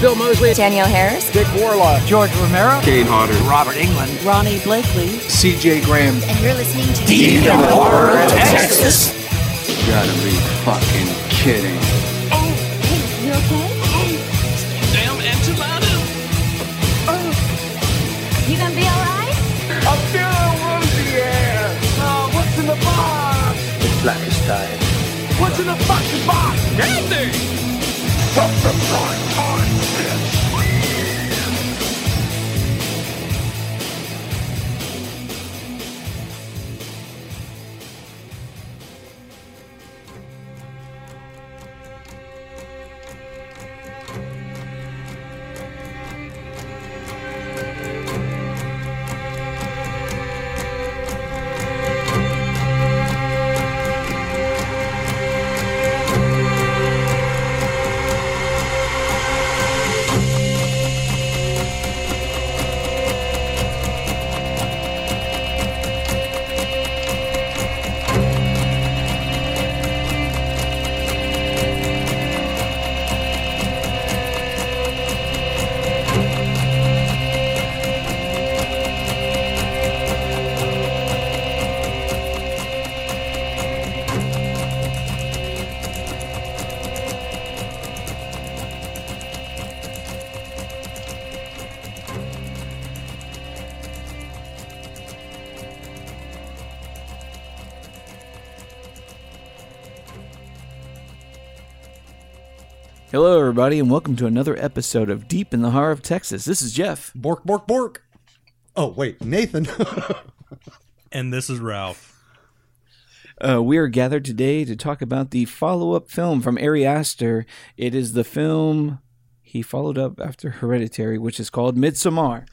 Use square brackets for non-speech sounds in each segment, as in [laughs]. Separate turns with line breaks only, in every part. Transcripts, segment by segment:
Bill Mosley,
Danielle Harris,
Dick Warlock,
George Romero,
Kane Hodder,
Robert England,
Ronnie Blakely,
CJ Graham,
and you're listening to
Deep in Horror, Texas.
You gotta be fucking kidding.
Oh, hey, you okay?
Oh, damn enchilada.
Oh, you gonna be alright?
I'm feeling woozy, yeah. Oh, what's in the box?
It's blackest time.
What's in the fucking box?
Nothing.
Stop the front time, bitch.
Hello, everybody, and welcome to another episode of Deep in the Heart of Texas. This is Jeff.
Bork, bork, bork. Oh, wait, Nathan. [laughs]
and this is Ralph.
Uh, we are gathered today to talk about the follow up film from Ari Aster. It is the film he followed up after Hereditary, which is called Midsommar.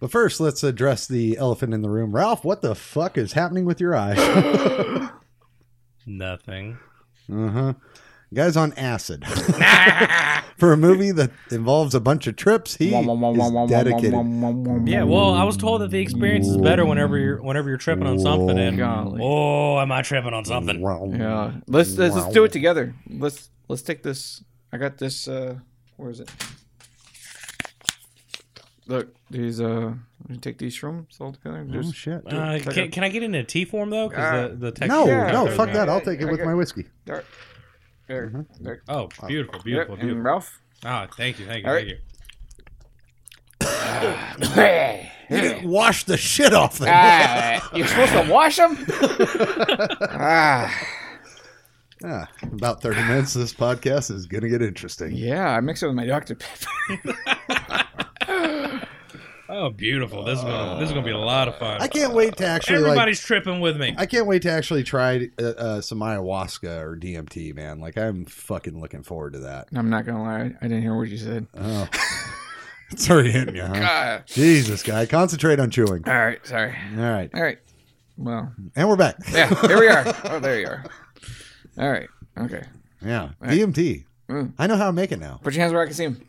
But first, let's address the elephant in the room. Ralph, what the fuck is happening with your [laughs] eyes?
Nothing.
Uh huh guy's on acid [laughs] for a movie that involves a bunch of trips. He is dedicated.
Yeah, well, I was told that the experience is better whenever you're whenever you're tripping on something. And Golly. Mm. oh, am I tripping on something?
Oh,
Yeah, let's, let's let's do it together. Let's let's take this. I got this. uh Where is it? Look, these uh, take these shrooms all together.
Just, oh shit!
Uh, can, can, I get in a tea form though?
Uh,
the, the
text no, no, fuck there. that. I'll take it with my whiskey.
There, mm-hmm. there. Oh, beautiful, beautiful,
and
beautiful.
Ralph.
Ah, oh, thank you, thank you, right.
thank you. you didn't wash the shit off them. Ah,
you're supposed to wash them.
ah. [laughs] ah. about thirty minutes. This podcast is gonna get interesting.
Yeah, I mix it with my Dr Pepper.
Oh, beautiful! This is gonna uh, this is gonna be a lot of fun.
I can't wait to actually.
Everybody's
like,
tripping with me.
I can't wait to actually try uh, uh, some ayahuasca or DMT, man. Like I'm fucking looking forward to that.
[laughs] I'm not gonna lie, I didn't hear what you said.
Oh, it's already hitting you, huh? Jesus, guy, concentrate on chewing.
All right, Ah. sorry.
All right,
all right. Well,
and we're back.
yeah, here we are. Oh, there you are. All right. Okay.
Yeah, right. DMT. Mm. I know how to make it now.
Put your hands where I can see them.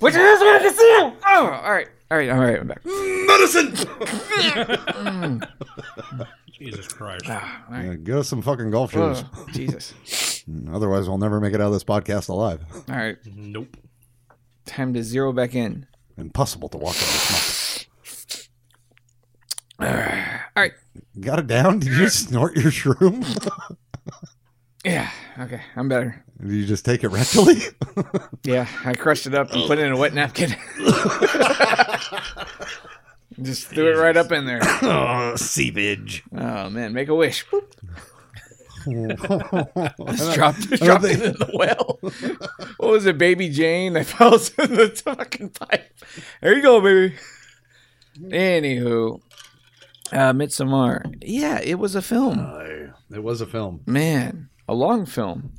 Put your hands where I can see them. Oh, all right. All right, all right, I'm back.
Medicine. [laughs]
mm. Jesus Christ!
Ah, right. yeah, go some fucking golf shoes.
Oh, Jesus.
Otherwise, we'll never make it out of this podcast alive.
All right.
Nope.
Time to zero back in.
Impossible to walk out this
month. all right.
Got it down? Did you snort your shroom? [laughs]
yeah. Okay. I'm better.
Did you just take it rectally? [laughs]
yeah, I crushed it up and put it in a wet napkin. [laughs] just threw it right up in there.
[laughs] Oh, seepage.
Oh man, make a wish. just dropped, just dropped it in the well. [laughs] what was it, Baby Jane? I [laughs] fell in the fucking pipe. There you go, baby. Anywho, uh, Midsommar. Yeah, it was a film.
Uh, it was a film.
Man, a long film.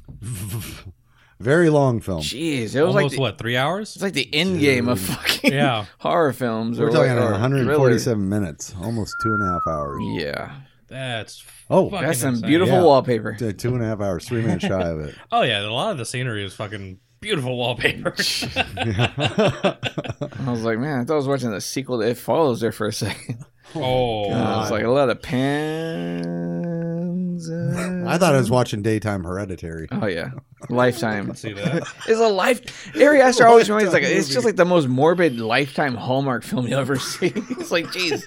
Very long film.
Jeez,
it
Almost
was like the, what three hours? [laughs]
It's like the end game of fucking yeah. [laughs] horror films.
We're
or
talking
about
147 thriller. minutes, almost two and a half hours.
Yeah,
that's
oh,
that's some insane. beautiful yeah. wallpaper.
Two and a half hours, three minutes shy of
[laughs]
it.
oh yeah, a lot of the scenery is fucking
[laughs]
beautiful wallpaper.
I was like, man, I thought I was watching the sequel to It Follows there for a [laughs] second.
[laughs] Oh,
God. God. I was like a lot of pans.
[laughs] I I thought I was watching daytime Hereditary.
Oh yeah, Lifetime.
See that?
[laughs] It's a life. Ari Aster always reminds like
Lifetime
it's just like the most morbid Lifetime Hallmark film you'll ever [laughs] see. it's like, [laughs] jeez.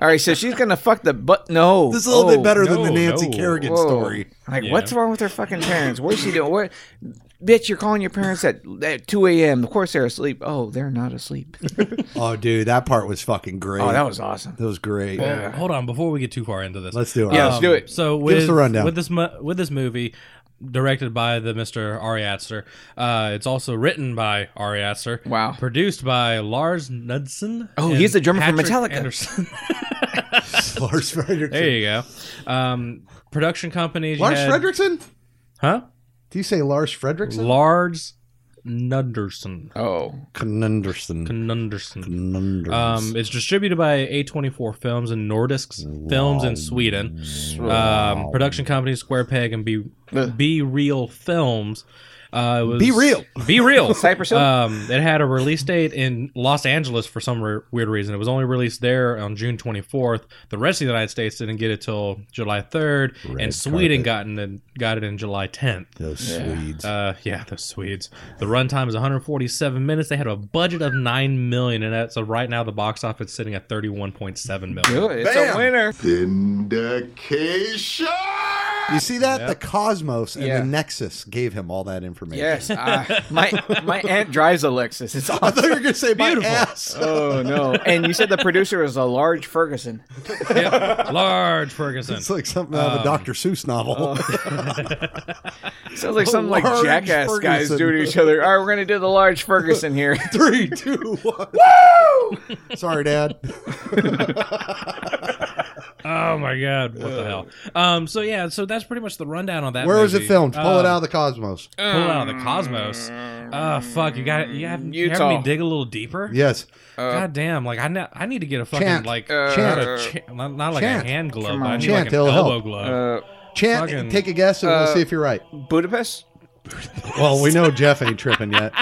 All right, so she's gonna fuck the butt. No,
This is a little bit
Oh,
better than
no,
the Nancy
no.
Kerrigan
whoa.
story.
Like,
Yeah.
what's wrong with her fucking parents? What is she doing? What, bitch? You're calling your parents at, at two a.m. Of course they're asleep. Oh, they're not
[laughs]
asleep.
Oh, dude, that part was fucking great.
Oh, that was awesome.
that was great.
Well, hold on, before we get too far into this, um,
Let's do it.
Yeah, let's do it.
So with
us the rundown.
with this mo- with this movie, directed by the Mister Ari Aster, uh, it's also written by Ari Aster.
Wow.
Produced by Lars Knudsen.
Oh,
and
he's the drummer for
Patrick
Metallica.
Anderson.
[laughs]
[laughs]
Lars Fredrickson.
there you go. Um, production company. you
Lars
had-
Fredrickson?
Huh?
Do you say Lars Fredrickson?
Lars Knudsen.
Oh,
Knunderson.
Knudsen.
Knunderson.
Um, it's distributed by A24 Films and Nordisk Films in Sweden. Um, production company Square Peg and Be Be Real Films. Uh, it was,
Be Real.
Be
[laughs]
Real.
Cypress Hill?
Um, it had a release date in Los Angeles for some re- weird reason. It was only released there on June 24th. The rest of the United States didn't get it till July 3rd, and Sweden gotten it, got it in July 10th.
Those Swedes.
Uh, yeah, the Swedes. The runtime is 147 minutes. They had a budget of nine million, and that's so right now the box office sitting at 31.7 million.
good. It's a winner.
you see that? The Cosmos and
Yeah.
the Nexus gave him all that information.
Yes, uh, my my aunt drives a Lexus. It's
[laughs] I thought you
awesome.
were going to say my
Beautiful.
ass.
Oh no! And you said the producer is a large Ferguson.
Yep. Large Ferguson.
It's like something out
Um,
of a Dr. Seuss novel.
oh. Sounds like something like
large
jackass guys
Ferguson.
do to each other. All right, we're gonna do the large Ferguson
[laughs]
here.
[laughs] Three, two,
[laughs]
one. Woo! Sorry, Dad.
Oh my god, what the hell? Um, so yeah, so that's pretty much the rundown on that.
Where was it
movie.
filmed? Pull
Um,
it out of the Cosmos.
Pull it out of the cosmos. Oh fuck, you got you have you having
Utah.
me dig a little deeper.
Yes.
God damn, like I, ne- I need to get a fucking
Chant.
like
Uh,
not a cha- not, not like
Chant.
a hand glove, but I need
Chant,
like an
it'll
elbow
help.
glove.
Uh,
Chant,
Fucking-
take a guess, and
Uh,
we'll see if you're right.
Budapest.
Well, we know Jeff ain't
[laughs]
tripping yet.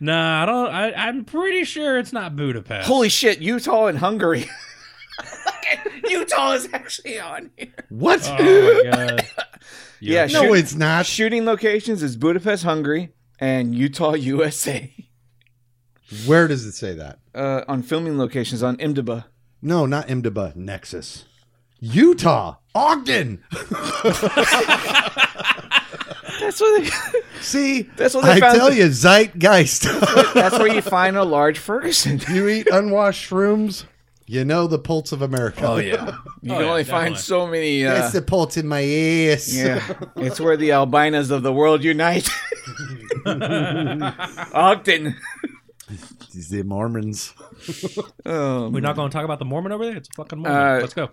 nah, I don't. I, I'm pretty sure it's not Budapest.
Holy shit! Utah and Hungary. [laughs] Utah is actually on here.
What?
Oh
[laughs]
my god.
Uh, Yeah,
no,
shoot-
it's not.
shooting locations is Budapest, Hungary, and Utah, USA.
Where does it say that?
Uh, on filming locations on IMDb.
No, not Imdb. Nexus. Utah. Ogden. [laughs]
That's what. They,
See,
That's what they
I
found-
tell you, zeitgeist. [laughs]
that's where you find a large Ferguson.
you eat unwashed shrooms, you know the pulse of America.
Oh
You
yeah. Oh,
can
yeah,
only
definitely.
find so many. Uh,
That's the pulse in my ass.
Yeah, it's where the albinas of the world unite.
[laughs]
Ogden.
It's [laughs] the Mormons.
Um,
We're not going to talk about the Mormon over there. It's a fucking Mormon.
Uh,
Let's go.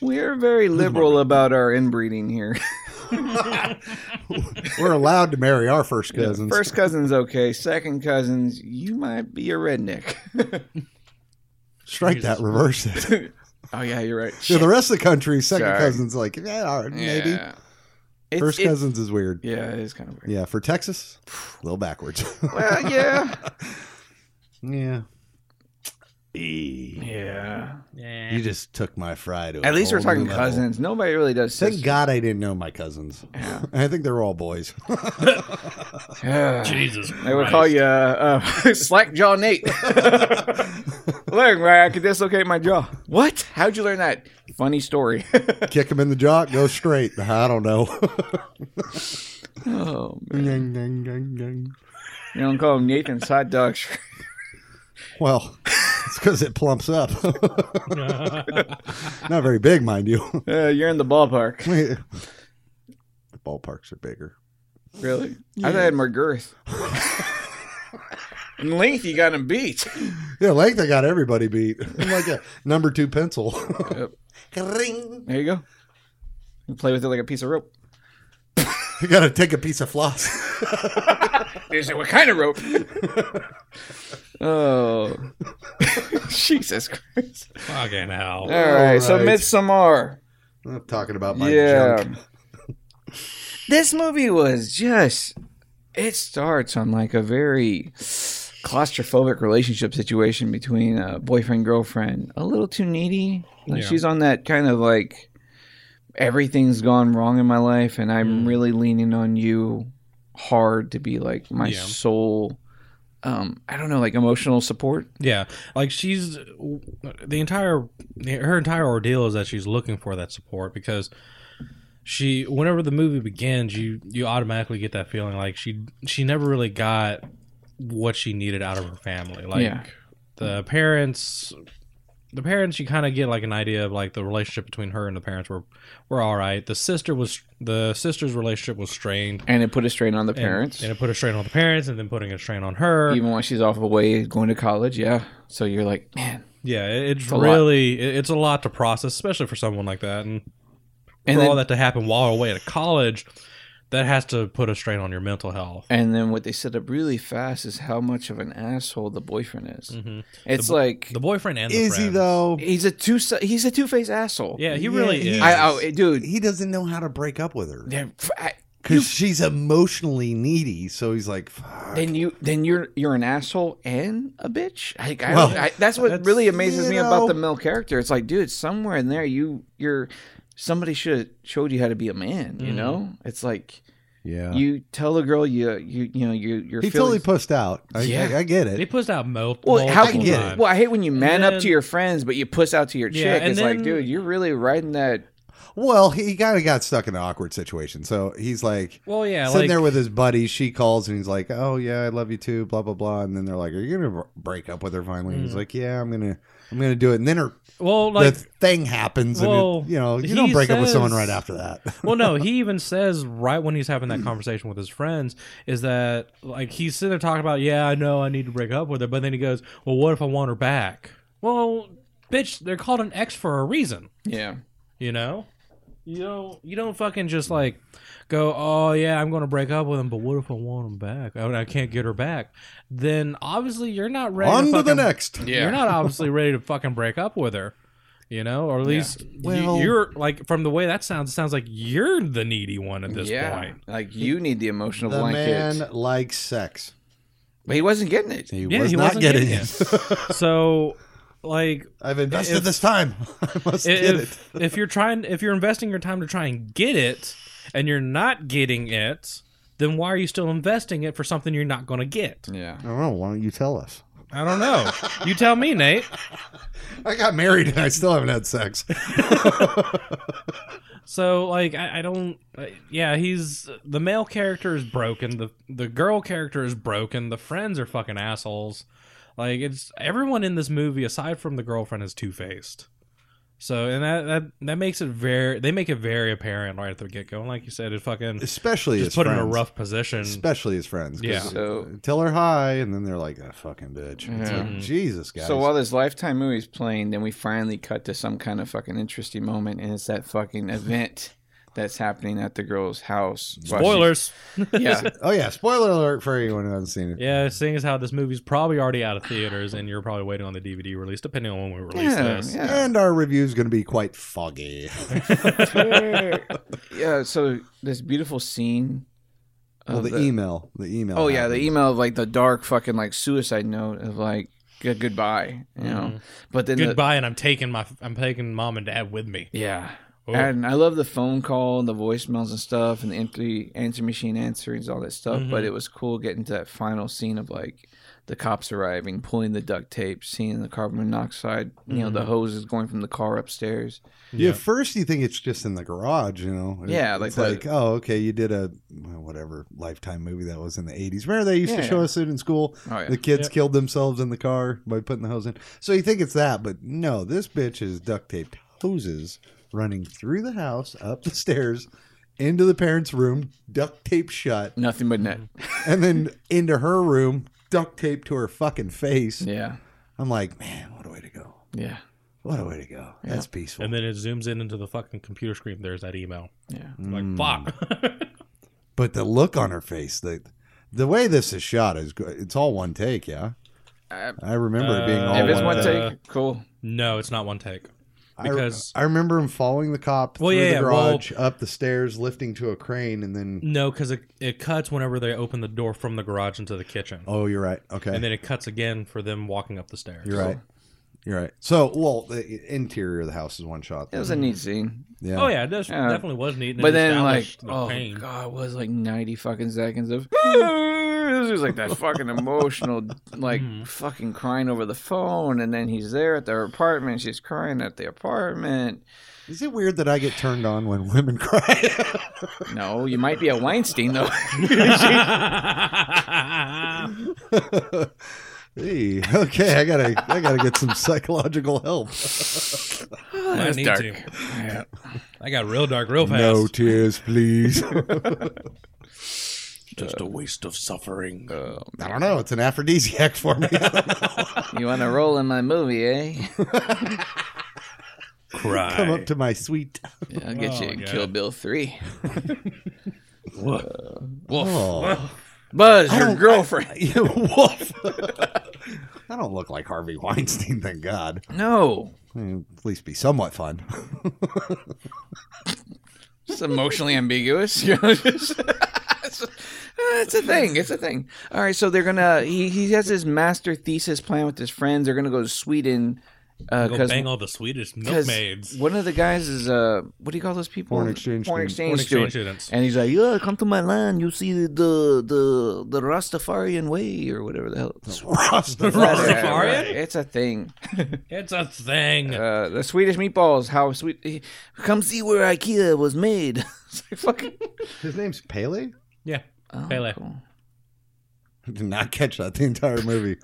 we're very liberal about our inbreeding here.
We're allowed to marry our first cousins.
First cousins, okay. Second cousins, you might be a redneck. [laughs]
Strike that, reverse it.
oh yeah, you're right.
Yeah, the rest of the country, second
Sorry.
cousins, like, yeah, all right, maybe.
Yeah. It's-
First
it-
cousins is weird. Yeah.
yeah, it is kind of weird. [sighs]
for Texas, a little backwards. [laughs]
Well, yeah,
yeah.
yeah.
You just took my fry to a
At least we're
whole
talking
new level.
cousins. Nobody really does.
Thank God I didn't know my cousins. [laughs] I think they're all boys. [laughs]
God.
Jesus.
They would call you uh, uh, [laughs] Slack Jaw Nate. Look, man, I could dislocate my jaw. What? How'd you learn that? Funny story. [laughs]
Kick them in the jock, go straight. I don't know. [laughs]
oh, man. You don't call them Nathan's hot dog. [laughs] Sh-
well, it's because it plumps up. [laughs] Not very big, mind you. [laughs]
Uh, you're in the ballpark.
the ballparks are bigger.
Really? I thought I had more [laughs] girth. In length, you got him beat.
Yeah, length I got everybody beat. [laughs] I'm like a number two pencil.
Yep.
Ring.
There you go. You play with it like a piece of rope.
You gotta take a piece of floss. [laughs]
They say, what kind of rope? oh. [laughs] Jesus Christ.
Fucking hell.
All right, so
right.
Midsommar.
I'm talking about my
yeah.
junk.
[laughs] this movie was just it starts on like a very claustrophobic relationship situation between a boyfriend girlfriend. A little too needy. Like
Yeah.
she's on that kind of like everything's gone wrong in my life, and
Mm.
I'm really leaning on you hard to be like my
Yeah.
sole, um, I don't know, like emotional support.
Yeah, like she's the entire her entire ordeal is that she's looking for that support because she whenever the movie begins, you you automatically get that feeling like she she never really got what she needed out of her family. Like
Yeah.
the parents the parents you kind of get like an idea of like the relationship between her and the parents were were all right. The sister was the sister's relationship was strained.
And it put a strain on the
and-
parents.
and it put a strain on the parents, and then putting a strain on her.
even when she's off away going to college, yeah. So you're like, man.
Yeah, it- it's,
a lot.
really it- it's a lot to process, especially for someone like that, and,
And
for all
then,
that to happen while away at college, that has to put a strain on your mental health.
and then what they set up really fast is how much of an asshole the boyfriend is.
Mhm.
It's
bo-
like
The boyfriend and the
Is he
friend.
though?
he's a two he's a two faced asshole.
Yeah, he
Yeah,
really
he-
is.
I, I dude,
He doesn't know how to break up with her
then, I-
because she's emotionally needy. So he's like, Fuck.
then you then you're you're an asshole and a bitch. I, I,
Well,
I, that's what
that's-
really amazes
you
me about
know.
the male character. It's like, dude, somewhere in there, you you're somebody should have showed you how to be a man. You
Mhm.
know, it's like
yeah,
you tell a girl you you you know you you're
he totally pussed out. I,
Yeah.
I, I get
he
it.
puts out mul-
Well,
multiple
how
I
can
get
you?
it.
times.
Well, I hate when you man up
then-
to your friends, but you puss out to your
Yeah,
chick.
and
It's like,
then-
dude, you're really riding that.
Well, he kind of got stuck in an awkward situation. So he's like.
Well, yeah,
Sitting
like
there with his buddy, she calls and he's like, "Oh yeah, I love you too." Blah blah blah. And then they're like, "Are you gonna br- break up with her finally?" And He's like, "Yeah, I'm gonna, I'm gonna do it." And then her
well, Mm. like
the [laughs] thing happens,
Well,
and it, you know you
he
don't break up with someone
says-
right after that.
[laughs] well, no, he even says right when he's having that conversation with his friends is that like he's sitting there talking about, yeah, I know I need to break up with her, but then he goes, well, what if I want her back? Well, bitch, they're called an ex for a reason,
Yeah,
you know. You don't you don't fucking just like go, oh yeah, I'm going to break up with him, but what if I want him back? I, I can't get her back. Then obviously you're not
[laughs]
ready.
On
to
to the
fucking-
next.
you're not obviously ready to fucking break up with her, you know, or at least you-
Well-
you're like from the way that sounds, it sounds like you're the needy one at this
yeah.
point.
Like you need the emotional
The
blanket,
man likes sex.
but he wasn't getting it.
He
Yeah,
was
he
not
wasn't
getting,
getting
it.
So, like,
I've invested
If-
this time. [laughs] I
[laughs]
must get it. [laughs]
if if you're trying, if you're investing your time to try and get it, and you're not getting it, then why are you still investing it for something you're not going to get?
Yeah,
I don't know. Why don't you tell us?
I don't know. you tell me, Nate.
I got married and I still haven't had
[laughs]
sex.
So like I, I don't uh, yeah he's the male character is broken the the girl character is broken the friends are fucking assholes like it's everyone in this movie aside from the girlfriend is two faced so and that, that that makes it very they make it very apparent right at the get go and like you said it fucking
Especially
just
his
put
friends.
him in a rough position
Especially his friends. 'cause uh,
Yeah.
Mm. So-
tell her hi, and then they're like, "Ah, "Fucking bitch." It's
Yeah.
like, Jesus, guys.
So while this Lifetime movie's playing, then we finally cut to some kind of fucking interesting moment, and it's that fucking event that's happening at the girl's house. while she's-
spoilers [laughs]
Yeah,
oh yeah, spoiler alert for anyone who hasn't seen it.
yeah seeing as how this movie's probably already out of theaters and you're probably waiting on the DVD release depending on when we release
yeah,
this
yeah.
And our review is going to be quite foggy.
[laughs] yeah. So this beautiful scene.
well,
of
the, email, the email.
Oh yeah, the
happened.
email of like the dark fucking like suicide note of like g- goodbye, you know. But then the-
Mm. Mm-hmm. goodbye and I'm taking my I'm taking mom and dad with me
yeah.
Oh.
And I love the phone call and the voicemails and stuff and the empty answer machine answerings, all that stuff. But it was cool getting to that final scene of like the cops arriving, pulling the duct tape, seeing the carbon monoxide, you know, the hoses going from the car upstairs.
Yeah. At first, you think it's just in the garage, you know? It-
e- Yeah, like
it's
the-
like, oh, okay, you did a well, whatever lifetime movie that was in the '80s. Remember they used to
Yeah.
show us it in school.
Oh, yeah.
The kids killed themselves in the car by putting the hose in. So you think it's that, but no, this bitch is duct taped hoses running through the house, up the stairs, into the parents' room, duct tape shut,
Nothing but net.
and then into her room, duct taped to her fucking face.
Yeah.
I'm like, man, what a way to go.
Yeah.
What a way to go. That's peaceful.
And then it zooms in into the fucking computer screen. There's that email.
Yeah.
Like fuck.
Mm.
[laughs]
But the look on her face, the the way this is shot is good. It's all one take, yeah.
Uh,
I remember it being all
Uh,
if it's
one
one
take.
uh,
take, cool.
no, it's not one take.
I-
Because
I, remember him following the cop
Well, Mm.
through
yeah,
the
yeah,
garage, up the stairs, lifting to a crane, and then
no, because it, it cuts whenever they open the door from the garage into the kitchen,
oh, you're right. Okay,
and then it cuts again for them walking up the stairs.
you're right. You're right. So, well, the interior of the house is one shot.
It was a neat scene.
Yeah.
Oh yeah, it does,
Yeah.
definitely was neat. and
But
it
then, like,
established the
oh
pain.
god, it was like ninety fucking seconds
[laughs]
of. "Ah!" it was just like that fucking emotional, like
Mm-hmm.
fucking crying over the phone, and then he's there at their apartment. She's crying at the apartment.
Is it weird that I get turned on when women cry? [laughs]
No, you might be a Weinstein though. [laughs]
[laughs]
hey, okay, I gotta, I gotta get some psychological help.
I need
dark.
to. I got real dark real fast.
No tears,
[laughs]
please.
Just a waste of suffering.
Um, I don't know. It's an aphrodisiac for me. [laughs]
you want to roll in my movie, eh?
Cry.
Come up to my suite.
I'll get you
Oh,
in
God.
Kill Bill three.
Oh,
Buzz, your [laughs] girlfriend.
you wolf. [laughs] I don't look like Harvey Weinstein. Thank God.
no,
I mean, at least be somewhat fun.
just emotionally ambiguous. [laughs] You know, just- it's uh, it's a thing. It's a thing. All right, so they're gonna. He he has his master thesis plan with his friends. They're gonna go to Sweden
Go
because
bang all the Swedish milkmaids.
one of the guys is uh what do you call those people?
Foreign exchange
Foreign
students.
exchange,
Foreign exchange
students.
students.
And he's like, yeah, come to my land. You see the the the Rastafarian way or whatever the hell. It's,
Rastafarian?
it's a thing.
It's a thing.
Uh, the Swedish meatballs. How sweet! eh, Come see where IKEA was made. [laughs] it's like fucking.
His name's Pele.
yeah.
Oh,
Pele.
cool.
I did not catch that the entire movie.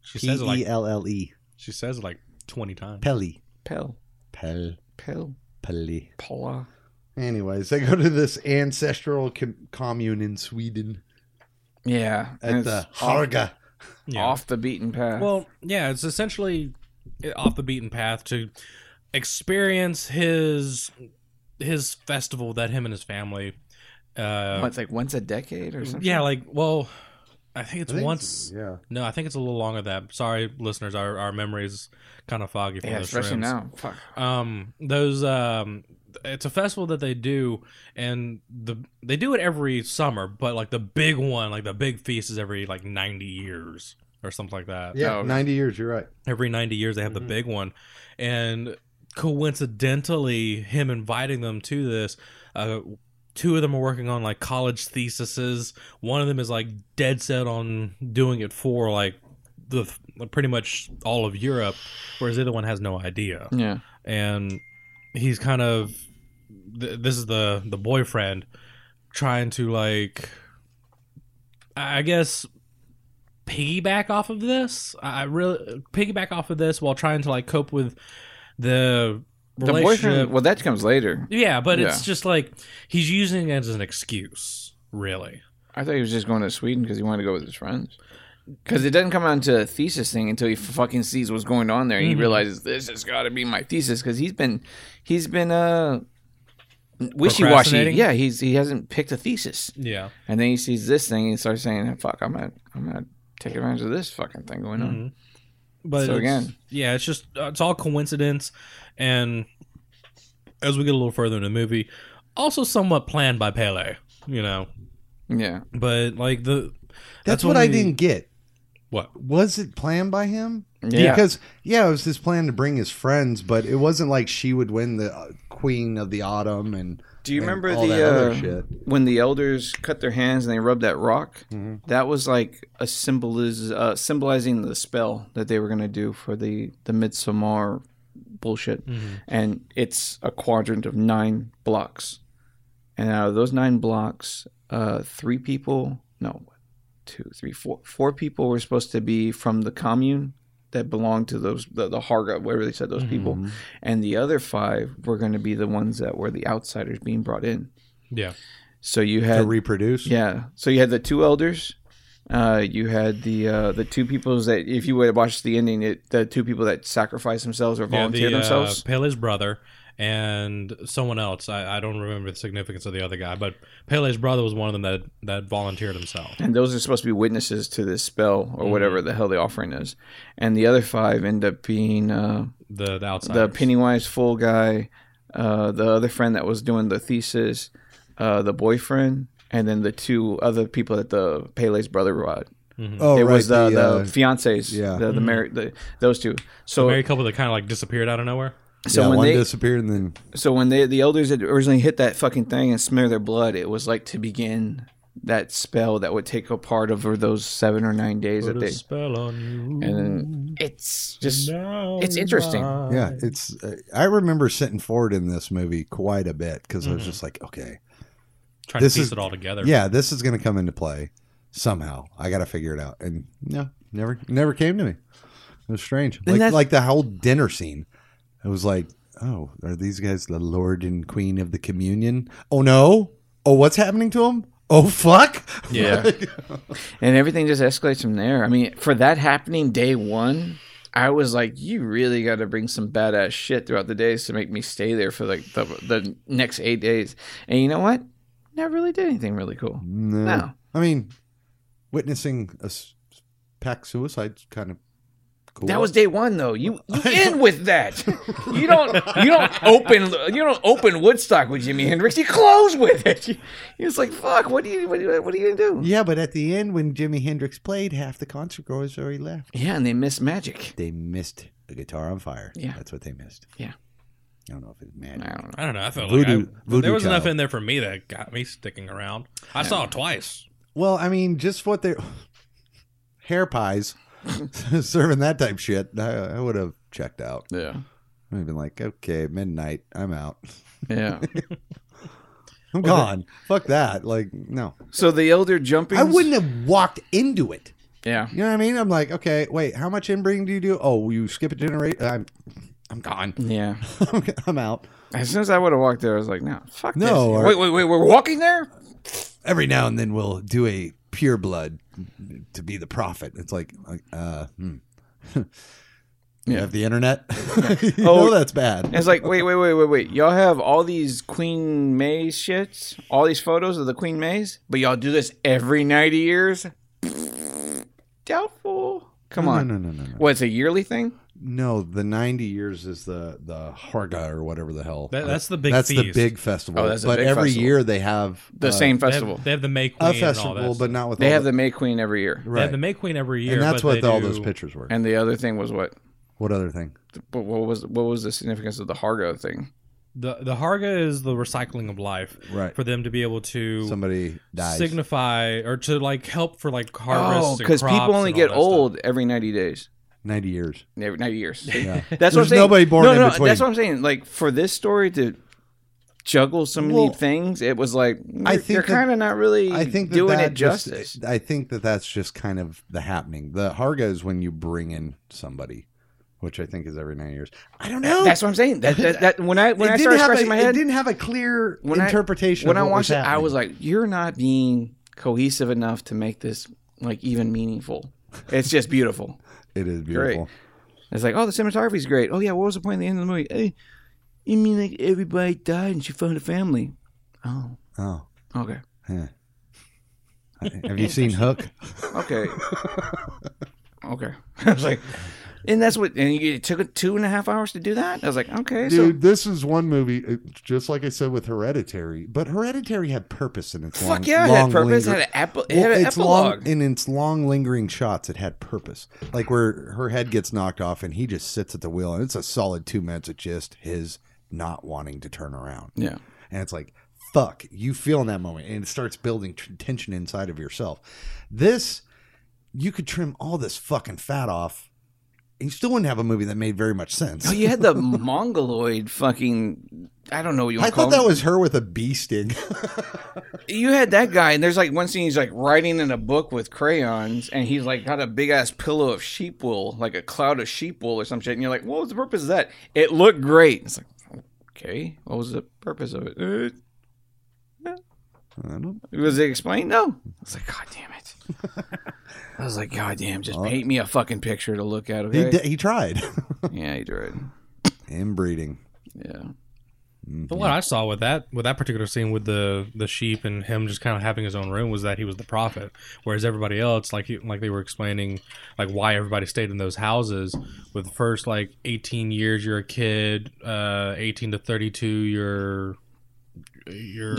She
P
says it
e
like
l l e.
she says it like twenty times.
Pele.
Pel.
Pel.
Pel.
Pele.
Paula.
Anyways, they go to this ancestral com- commune in Sweden
Yeah. and
at
it's
the
off,
Harga.
Yeah.
off the beaten path.
Well, yeah, it's essentially off the beaten path to experience his his festival that him and his family. Uh,
What, it's like once a decade or something.
yeah, like well, I think it's
I think
once.
it's- Yeah.
No, I think it's a little longer than that. Sorry, listeners, our our memory's kind of foggy from
Yeah,
those
especially
trims.
now. Fuck.
um those um it's a festival that they do and the they do it every summer but like the big one like the big feast is every like 90 years or something like that
Yeah.
Oh, okay.
90 years, you're right.
every 90 years they have the big one and coincidentally him inviting them to this uh two of them are working on like college theses one of them is like dead set on doing it for like the pretty much all of europe whereas the other one has no idea
Yeah.
and he's kind of th- this is the the boyfriend trying to like i I guess piggyback off of this i I really piggyback off of this while trying to like cope with the
The
relationship
boyfriend. Well, that comes later.
yeah but
Yeah.
it's just like he's using it as an excuse really
I thought he was just going to Sweden because he wanted to go with his friends. Because it doesn't come on to a thesis thing until he fucking sees what's going on there, and
Mm-hmm.
he realizes this has got to be my thesis. Because he's been, he's been uh, wishy washy.
Procrastinating?
Yeah, he's he hasn't picked a thesis,
yeah
and then he sees this thing and he starts saying, "Fuck, I'm gonna, I'm gonna take advantage of this fucking thing going on."
Mm-hmm. But
So
it's-
again-
yeah, it's just uh, it's all coincidence, and as we get a little further in the movie, also somewhat planned by Pele, you know. Mm-hmm.
Yeah,
But like the
That's,
That's
what
when
I
we-
didn't get.
what
Was it planned by him?
Yeah.
Because, yeah, it was his plan to bring his friends, but it wasn't like she would win the uh, Queen of the Autumn and.
Do you
and
remember
all that other
the uh,
shit.
when the elders cut their hands and they rubbed that rock?
Mm-hmm.
That was like a symboliz- uh, symbolizing the spell that they were going to do for the the midsummer bullshit,
Mm-hmm.
and it's a quadrant of nine blocks, and out of those nine blocks, uh, three people no, two, three, four, four people were supposed to be from the commune that belonged to those the, the Harga, whatever they said those
Mm-hmm.
people, and the other five were going to be the ones that were the outsiders being brought in.
yeah
So you
To
had
reproduce?
yeah, so you had the two elders. Uh, you had the uh, the two peoples that if you would have watched the ending, it, the two people that sacrificed themselves or volunteered
yeah, the,
themselves.
uh, Pele's brother and someone else. I, I don't remember the significance of the other guy, but Pele's brother was one of them that that volunteered himself.
and those are supposed to be witnesses to this spell
Mm-hmm.
or whatever the hell the offering is. And the other five end up being uh,
The the outside
the Pennywise fool guy, uh, the other friend that was doing the thesis, uh, the boyfriend, and then the two other people that the Pele's brother brought.
Oh,
it
right.
was the, the,
uh,
fiancés,
yeah.
the, the, married, the those two. So
Married couple that kind of like disappeared out of nowhere.
so
yeah,
when
one
they
disappeared and then
so when they the elders had originally hit that fucking thing and smear their blood, it was like to begin that spell that would take apart over those seven or nine days that
Put
they
a spell on you.
and then it's just
now
it's interesting.
I-
yeah, it's. Uh, I remember sitting forward in this movie quite a bit because I was
Mm-hmm.
just like, okay,
Trying to
This
piece
is-
it all together.
yeah, this is going to come into play somehow. I got to figure it out, and no, never, never came to me. It was strange. Like,
that's-
like the whole dinner scene. It was like, oh, are these guys the Lord and Queen of the Communion? Oh no! Oh, what's happening to them? Oh fuck! [laughs]
Yeah. and everything just escalates from there. I mean, for that happening day one, I was like, you really got to bring some badass shit throughout the days to make me stay there for like the, the next eight days. And you know what? Never really did anything really cool.
No.
No.
I mean, witnessing a s- pack suicide's kind of cool.
That was day one, though. You you end with that. You don't you don't open you don't open Woodstock with Jimi Hendrix. You close with it. You, you're just like fuck. What do you what, do you- what are you gonna do?
Yeah, but at the end, when Jimi Hendrix played, half the concert goers already left.
Yeah, and they miss magic.
They missed the guitar on fire.
Yeah.
that's what they missed.
Yeah.
I don't know if it's
I
mad.
don't know.
I don't know. I felt like
Voodoo-
I,
voodoo
there was enough
child.
in there for me that got me sticking around. I saw it twice.
Well, I mean, just what they [laughs] hair pies [laughs] serving that type shit. I, I would have checked out.
Yeah,
I'd have been like, okay, midnight, I'm out. [laughs]
[laughs]
yeah.
I'm gone. Fuck that. Like, no,
So the elder jumping.
I wouldn't have walked into it.
Yeah.
You know what I mean? I'm like, okay, wait, how much inbreeding do you do? Oh, you skip a generation. I'm, I'm gone. [laughs]
Yeah.
I'm out.
As soon as I would have walked there, I was like, no, fuck
No,
this.
or-
wait, wait, wait. We're walking there?
Every now and then we'll do a pure blood to be the prophet. It's like, uh, hmm. [laughs] you
Yeah.
have the internet. [laughs] you
Oh.
know that's
And
bad.
it's like, wait, wait, wait, wait, wait. Y'all have all these Queen Mays shits, all these photos of the Queen Mays, but y'all do this every 90 years? [laughs] Doubtful. Come
No,
on.
no, no, no, no, no.
What, it's a yearly thing?
No, the ninety years is the the Harga or whatever the hell.
That- that's the big
That's the
feast.
big festival.
Oh, that's a
but
big
every
festival.
year they have
The
uh,
same
They
festival.
have, they have the May Queen
a
and all
festival,
that.
but not with
They
all
have
the,
the May Queen every year.
they
right.
have the May Queen every year.
and that's
but
what
they
all
do-
those pictures were.
And the other thing was what?
what other thing?
What what was what was the significance of the Hargo thing?
The the Harga is the recycling of life.
Right.
For them to be able to
Somebody dies.
signify or to like help for like harvest. and
because
crops
Oh, people only
and all
get
that stuff.
old every 90 days.
Ninety years.
Every 90
[laughs]
years.
[laughs]
Yeah.
That's what I'm
There's
saying.
nobody born
no,
in
no,
between.
That's what I'm saying. Like for this story to juggle so many
Well,
things, it was like
I
I
think
you're
that-
kind of not really
I think that
doing
that
it
just-
justice.
I think that that's just kind of the happening. The Harga is when you bring in somebody, which I think is every nine years. I don't know.
that's what I'm saying. That, that, that when I when
It
I
didn't
started
have a-
scratching my head,
It didn't have a clear
When I-
interpretation.
when
of
I
what
watched it, I
happening.
was like, you're not being cohesive enough to make this like even meaningful. It's just beautiful.
it is beautiful.
It's like, oh, the cinematography's great. Oh yeah, what was the point of the end of the movie? Hey, you mean like everybody died and she found a family? Oh,
Oh,
okay,
yeah.
[laughs]
have you seen Hook? [laughs]
okay, okay. [laughs] I was like, and that's what. And you- it took it two and a half hours to do that. I was like, okay, so
Dude, this is one movie, uh, just like I said with Hereditary, but Hereditary had purpose in its long,
fuck yeah, it
long
had purpose. It
linger-
had an, epi- it
Well,
had an
it's long,
epilogue.
in its long lingering shots, it had purpose. Like where her head gets knocked off and he just sits at the wheel, and it's a solid two minutes of just his not wanting to turn around.
yeah,
And it's like, fuck, you feel in that moment, and it starts building t- tension inside of yourself. This, you could trim all this fucking fat off, and you still wouldn't have a movie that made very much sense.
oh, you had the
[laughs]
mongoloid fucking. I don't know what you
I
want to call
thought that
him.
was her with a bee sting.
[laughs] You had that guy, and there's like one scene he's like writing in a book with crayons, and he's like got a big ass pillow of sheep wool, like a cloud of sheep wool or some shit. And you're like, what was the purpose of that? It looked great. It's like, okay, what was the purpose of it? Uh,
I don't-
Was it explained? No. I was like, God damn
[laughs]
it. I was like, God damn, just paint me a fucking picture to look at.
he,
Okay?
d- he tried. [laughs]
yeah, he did.
Inbreeding.
Yeah.
The what I saw with that with that particular scene with the the sheep and him just kind of having his own room was that he was the prophet, whereas everybody else, like he, like they were explaining, like why everybody stayed in those houses. With the first like eighteen years, you're a kid. Uh, eighteen to thirty two, you're you're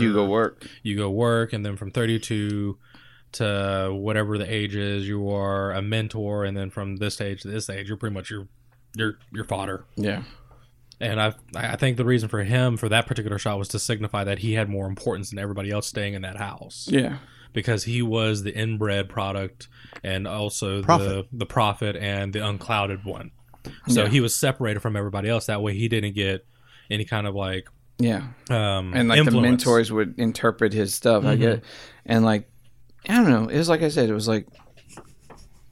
[laughs] You go work.
you go work, and then from thirty two to whatever the age is. You are a mentor, and then from this age to this age, you're pretty much your your your fodder.
Yeah.
And I I think the reason for him for that particular shot was to signify that he had more importance than everybody else staying in that house
Yeah.
because he was the inbred product and also
Prophet.
the the prophet and the unclouded one. So
Yeah.
he was separated from everybody else. That way, he didn't get any kind of like
Yeah.
um
and like the
influence. Mm-hmm.
mentors would interpret his stuff. I get, and like I don't know. It was like I said. It was like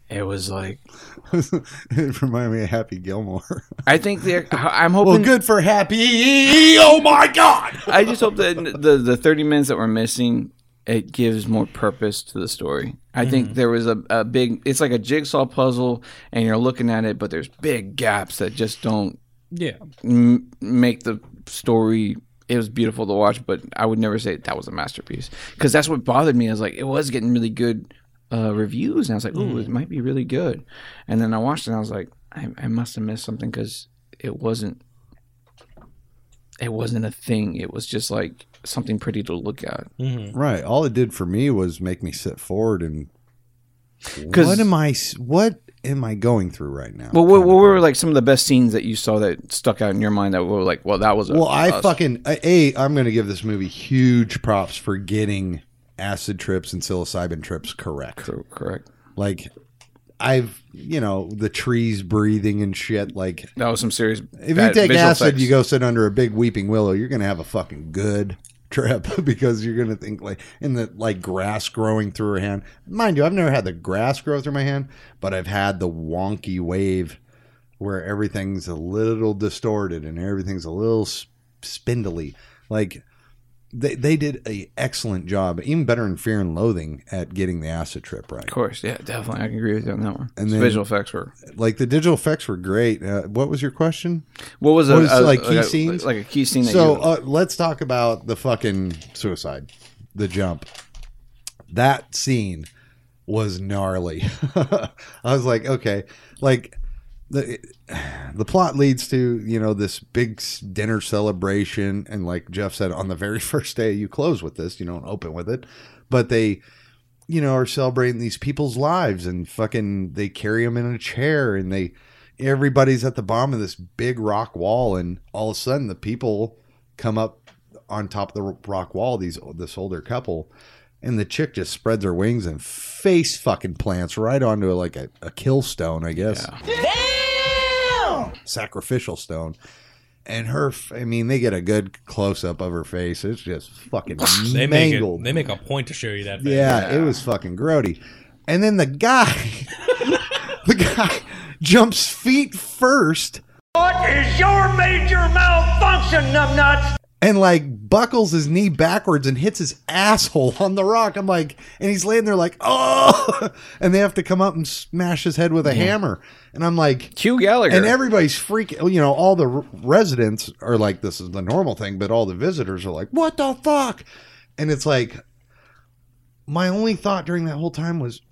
it was like
[laughs] it reminded me of Happy Gilmore. [laughs]
I think the I'm
well,
hoping.
good for Happy. Oh my God!
I just hope that the the 30 minutes that we're missing it gives more purpose to the story. I think
Mm-hmm.
there was a, a big. It's like a jigsaw puzzle, and you're looking at it, but there's big gaps that just don't
Yeah,
m- make the story it was beautiful to watch but i would never say that was a masterpiece because that's what bothered me i was like it was getting really good uh, reviews and i was like ooh
Mm.
it might be really good and then i watched it and i was like i, I must have missed something because it wasn't it wasn't a thing it was just like something pretty to look at
Mm. Right. All it did for me was make me sit forward and
'Cause-
what am I? s- What am I going through right now?
well what,
Kinda
what were like some of the best scenes that you saw that stuck out in your mind that were like well that was a,
Well, I
a-
fucking a. I'm going to give this movie huge props for getting acid trips and psilocybin trips correct.
cor- correct
Like, I've you know the trees breathing and shit. Like,
that was some serious
if
bad
you take
visual
acid,
effects.
you go sit under a big weeping willow. You're going to have a fucking good [laughs] trip because you're going to think like in the like grass growing through her hand. Mind you, I've never had the grass grow through my hand, but I've had the wonky wave where everything's a little distorted and everything's a little s- spindly. Like they they did a excellent job, even better in Fear and Loathing at getting the acid trip right.
Of course, yeah, definitely. I can agree with you on that one.
And
The
then-
visual effects were.
Like the digital effects were great. Uh, what was your question?
What was,
What
a,
is,
a-
like, key
a-
scenes?
Like a key scene. That
so
you,
uh, let's talk about the fucking suicide, the jump. That scene was gnarly. [laughs] I was like, okay, like the the plot leads to you know this big s- dinner celebration, and like Jeff said, on the very [laughs] first day you close with this, you don't open with it, but they. You know, are celebrating these people's lives and fucking they carry them in a chair and they everybody's at the bottom of this big rock wall and all of a sudden the people come up on top of the rock wall these this older couple and the chick just spreads her wings and face fucking plants right onto like a, a kill stone i guess sacrificial stone and her f- i mean they get a good close-up of her face it's just fucking
[laughs] they make
mangled
it, they make a point to show you that. thing.
yeah, it was fucking grody. And then the guy, [laughs] the guy jumps feet first
What is your major malfunction, numbnuts?
and like buckles his knee backwards and hits his asshole on the rock. I'm like, and he's laying there like, oh, [laughs] and they have to come up and smash his head with a hammer. And I'm like,
Hugh Gallagher.
And everybody's freaking. You know, all the r- residents are like, "This is the normal thing," but all the visitors are like, "What the fuck?" And it's like, my only thought during that whole time was,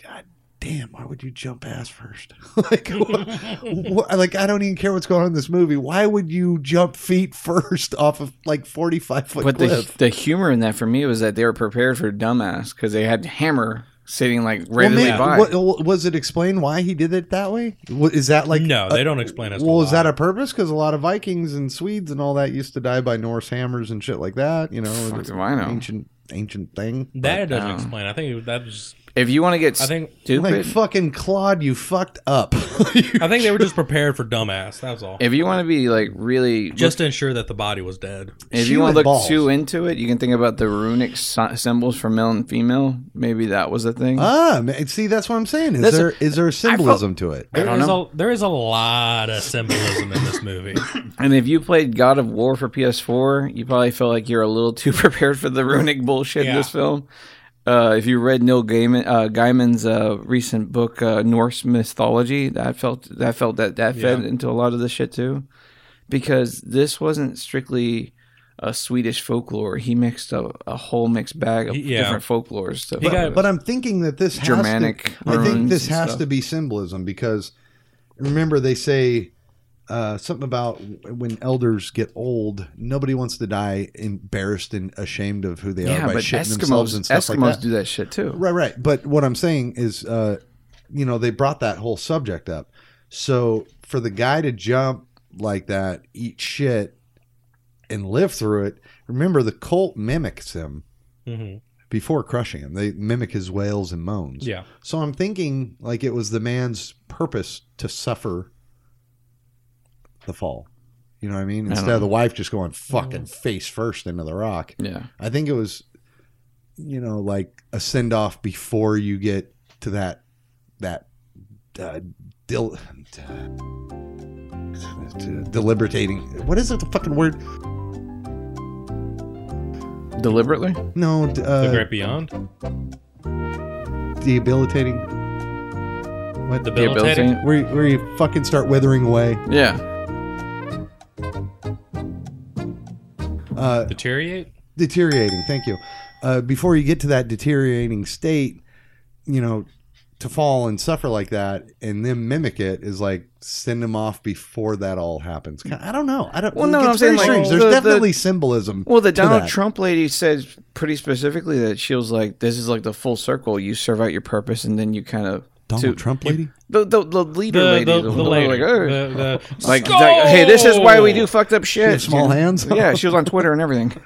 "God damn, why would you jump ass first? [laughs] like, what, what- [laughs] like I don't even care what's going on in this movie. Why would you jump feet [laughs] first off of like forty five foot
but the,
cliff?"
the humor in that for me was that they were prepared for dumbass because they had Hammer sitting like readily
may-
by.
what- wa- was it explained why he did it that way? Wa- Is that like
no,
a-
they don't explain us.
Uh, well, is that
a
a purpose? Because a lot of Vikings and Swedes and all that used to die by Norse hammers and shit like that. You know,
Fuck
it's
do I know?
ancient ancient thing.
that it doesn't
no.
explain? I think that was.
if you want to get
I think-
like
stupid,
fucking Claude, you fucked up. [laughs]
I think they were just prepared for dumbass. That was all.
if you want to be like really,
just to ensure that the body was dead.
if
she
you want
with
to look
balls.
too into it, you can think about the runic sy- symbols for male and female. Maybe that was the thing.
ah, man, see, that's what I'm saying. Is
That's-
there is there symbolism to it?
I don't
There's
know.
a, there is a lot of symbolism in this movie.
And if you played God of War for PS4, you probably felt like you're a little [laughs] too prepared for the runic bullshit in this film. Uh, if you read Neil Gaiman, uh, Gaiman's uh, recent book uh, Norse Mythology, that felt that felt that that fed into a lot of this shit too, because this wasn't strictly a Swedish folklore. He mixed a, a whole mixed bag of
Yeah.
different folklores. To
He got-
But I'm thinking that this has
Germanic
To, I think
runes
this
and
has
stuff.
to be symbolism because remember they say uh, something about when elders get old, nobody wants to die embarrassed and ashamed of who they
Yeah,
are by
but
shitting themselves
Eskimos
and stuff
Eskimos
like that.
do that shit too.
Right, right. But what I'm saying is, uh, you know, they brought that whole subject up. So for the guy to jump like that, eat shit, and live through it, remember the cult mimics him
hmm
before crushing him. They mimic his wails and moans.
Yeah.
So I'm thinking like it was the man's purpose to suffer the fall. You know what I mean? Instead of the wife just going fucking face first into the rock.
Yeah.
I think it was, you know, like a send off before you get to that that uh, dil- [sighs] to deliberating. What is it? The fucking word?
Deliberately?
No, d-
The
uh,
Great Beyond,
debilitating. What the?
debilitating.
Debilitating?
Where, you- where you fucking start withering away?
Yeah.
Uh,
Deteriorate.
deteriorating. Thank you. Uh, before you get to that deteriorating state, you know, to fall and suffer like that, and then mimic it is like send them off before that all happens. Ki- I don't know. I don't.
Well,
it
no,
gets
I'm saying,
very
like,
strange. there's
the- the-
definitely symbolism.
Well, the
to
Donald
that.
Trump lady said pretty specifically that she was like, "This is like the full circle. You serve out your purpose, and then you kind of
Donald
to-
Trump lady.
The, the, the leader
The
lady,
the, the,
one that was
lady.
like, "Oh."
The-
[laughs]
the-
Like, it's like, hey, this is why we do
Skull!
fucked up shit.
had small hands?
yeah, she was on Twitter and everything.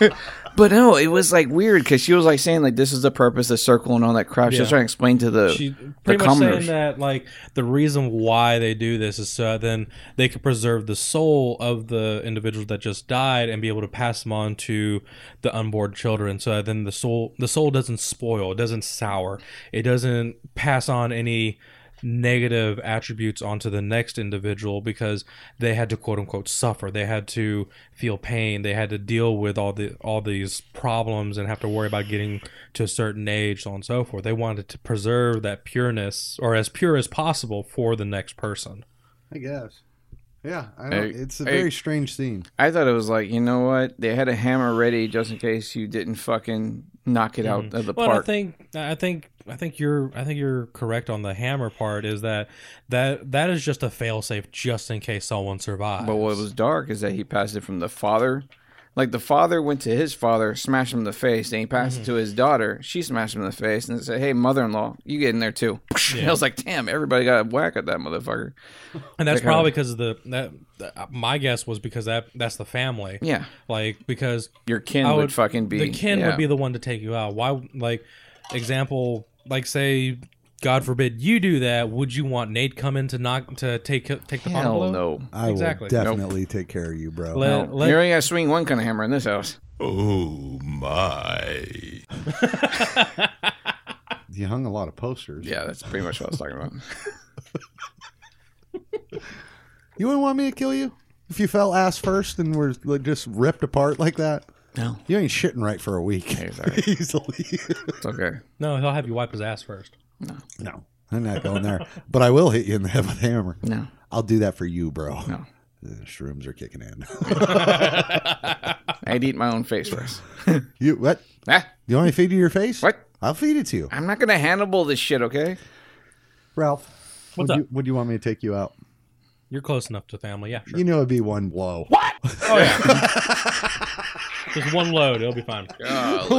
[laughs] but no, it was like weird because she was like saying like this is the purpose, the circle, and all that crap. She was
Yeah.
trying to explain to the
she
the
pretty much
commoners.
saying that like the reason why they do this is so that then they could preserve the soul of the individual that just died and be able to pass them on to the unborn children so that then the soul the soul doesn't spoil it doesn't sour it doesn't pass on any negative attributes onto the next individual because they had to quote unquote suffer they had to feel pain they had to deal with all the all these problems and have to worry about getting to a certain age so on and so forth they wanted to preserve that pureness or as pure as possible for the next person
I guess. Yeah, I
Hey,
don't, it's a
hey.
very strange scene.
I thought it was like you know what they had a hammer ready just in case you didn't fucking knock it out of the
Well, I
park.
think I think I think you're I think you're correct on the hammer part. Is that that that is just a failsafe just in case someone survives.
But what was dark is that he passed it from the father. Like the father went to his father, smashed him in the face, then he passed it to his daughter. She smashed him in the face and said, Hey, mother in law, you get in there too. [laughs] I was like, Damn, everybody got a whack at that motherfucker.
and that's
that kind of-
probably because of the that, that- my guess was because that that's the family.
Yeah.
Like because
Your kin
I
would, fucking be.
the kin
yeah.
would be the one to take you out. Why like example like say God forbid you do that. Would you want Nate come in to knock to take take the final blow?
Hell no.
I
Exactly.
will definitely take care of you, bro.
Let,
No.
let-
You only got to swing one kind of hammer in this house.
you hung a lot of posters.
Yeah, that's pretty much what I was [laughs] talking about.
You wouldn't want me to kill you if you fell ass first and were like, just ripped apart like that.
No.
You ain't shitting right for a week.
Hey, sorry.
[laughs] Easily.
It's okay.
no, he'll have you wipe his ass first.
No, I'm not going there. but I will hit you in the head with a hammer.
No.
I'll do that for you, bro.
No.
The shrooms are kicking in. [laughs]
I'd eat my own face first.
you what?
Ah,
You want me to feed you your face?
What?
I'll feed it to you,
I'm not going to Hannibal this shit, okay?
Ralph.
What's
would
up?
You, would you want me to take you out?
You're close enough to family. Yeah, sure.
You know it'd be one blow. What?
Oh yeah. Just one load, it'll be fine.
[laughs]
[laughs]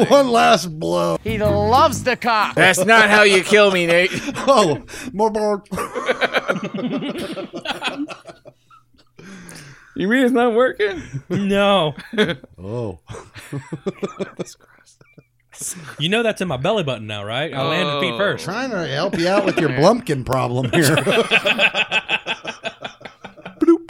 one last
[laughs]
blow.
That's not how you kill me, Nate.
Oh, more blow.
[laughs] You mean it's not working?
No.
oh,
You know that's in my belly button now, right? I landed
Oh.
feet first.
trying to help you out with your blumpkin problem
[laughs]
here. Bloop.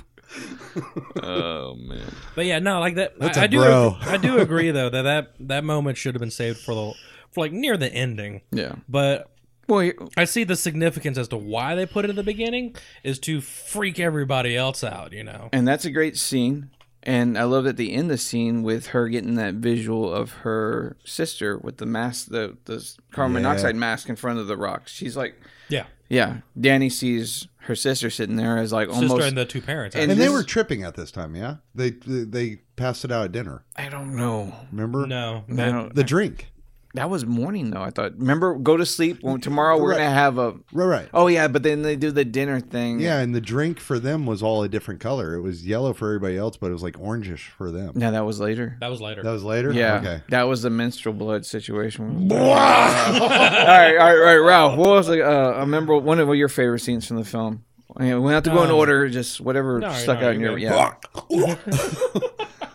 Oh, man.
But yeah, no, like that.
That's
I,
a
I do.
bro.
I do agree though that, that that moment should have been saved for the for like near the ending.
Yeah.
But
Well, you-
I see the significance as to why they put it at the beginning is to freak everybody else out. You know.
and that's a great scene. And I love at the end of the scene with her getting that visual of her sister with the mask, the, the carbon monoxide mask in front of the rocks. She's like,
Yeah.
yeah. Danny sees her sister sitting there as like
Sister
almost.
and the two parents.
And
And they
this-
were tripping at this time, yeah. They they, they passed it out at dinner.
I don't know.
Remember
no.
I don't-
the drink?
That was morning though. I thought. Remember, go to sleep. Well, tomorrow we're
Right.
gonna have a.
Right, right.
Oh yeah, but then they do the dinner thing.
Yeah, and the drink for them was all a different color. It was yellow for everybody else, but it was like orangish for them.
No, that was later.
That was later.
That was later.
Yeah,
Okay.
that was the menstrual blood [laughs] situation. all right, all right, all right, Ralph. What was like, uh, I remember one of your favorite scenes from the film? I mean, we have to go in
Um,
order, just whatever
no,
stuck
no,
out in
you're
your
good.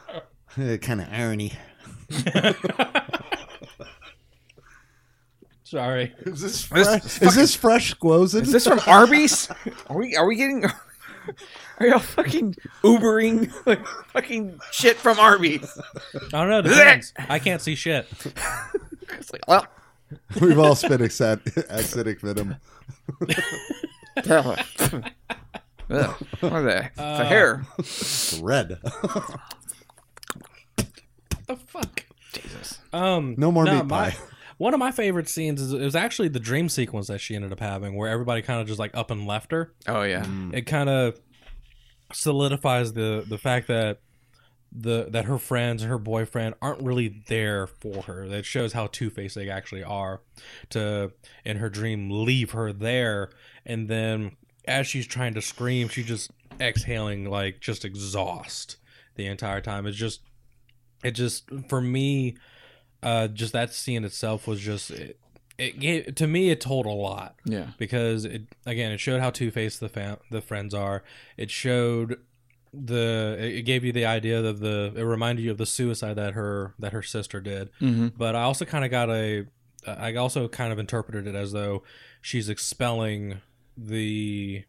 [laughs]
yeah.
kind of irony.
Sorry.
Is this fresh?
This-
is this fresh squozen?
Is this from Arby's? Are we are we getting? [laughs] Are y'all fucking Ubering [laughs] like fucking shit from Arby's?
I don't know. it Depends. I can't see shit.
It's like, well,
[laughs] We've all spit acid- acidic venom.
[laughs]
Ugh, what are they? It's
Uh,
a hair.
Red.
the fuck? Jesus. Um,
No more meat
my-
pie.
One of my favorite scenes is it was actually the dream sequence that she ended up having, where everybody kind of just like up and left her.
Oh yeah.
It kind of solidifies the the fact that the that her friends, her boyfriend, aren't really there for her. That shows how two faced they actually are. To in her dream, leave her there, and then as she's trying to scream, she's just exhaling like just exhaust the entire time. It's just it just for me uh just that scene itself was just it, it gave to me it told a lot
Yeah.
because it again it showed how two-faced the fam- the friends are it showed the it it gave you the idea of the it reminded you of the suicide that her that her sister did
Mm-hmm.
but i also kind of got a i also kind of interpreted it as though she's expelling the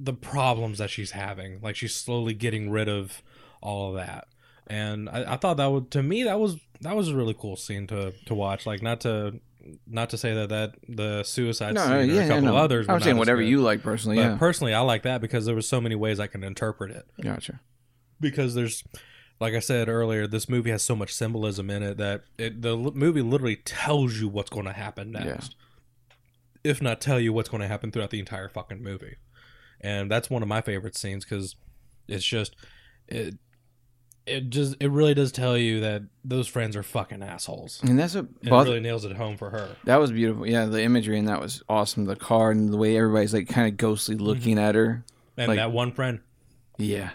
the problems that she's having like she's slowly getting rid of all of that and i, I thought that would to me that was that was a really cool scene to to watch like not to not to say that that the suicide
No,
scene
no,
or
yeah,
a
yeah,
couple
no.
others were
I'm saying
not as
whatever
good.
you like personally.
but
yeah.
personally i like that because there was so many ways i can interpret it
gotcha.
because there's like I said earlier, this movie has so much symbolism in it that it, the l- movie literally tells you what's going to happen
Yeah.
next, if not tell you what's going to happen throughout the entire fucking movie. And that's one of my favorite scenes because it's just it it just it really does tell you that those friends are fucking assholes.
And that's what
It
bothered.
really nails it home for her.
that was beautiful. Yeah, the imagery and that was awesome. The car and the way everybody's like kind of ghostly
Mm-hmm.
looking at her.
And
Like-
that one friend, [laughs]
Yeah.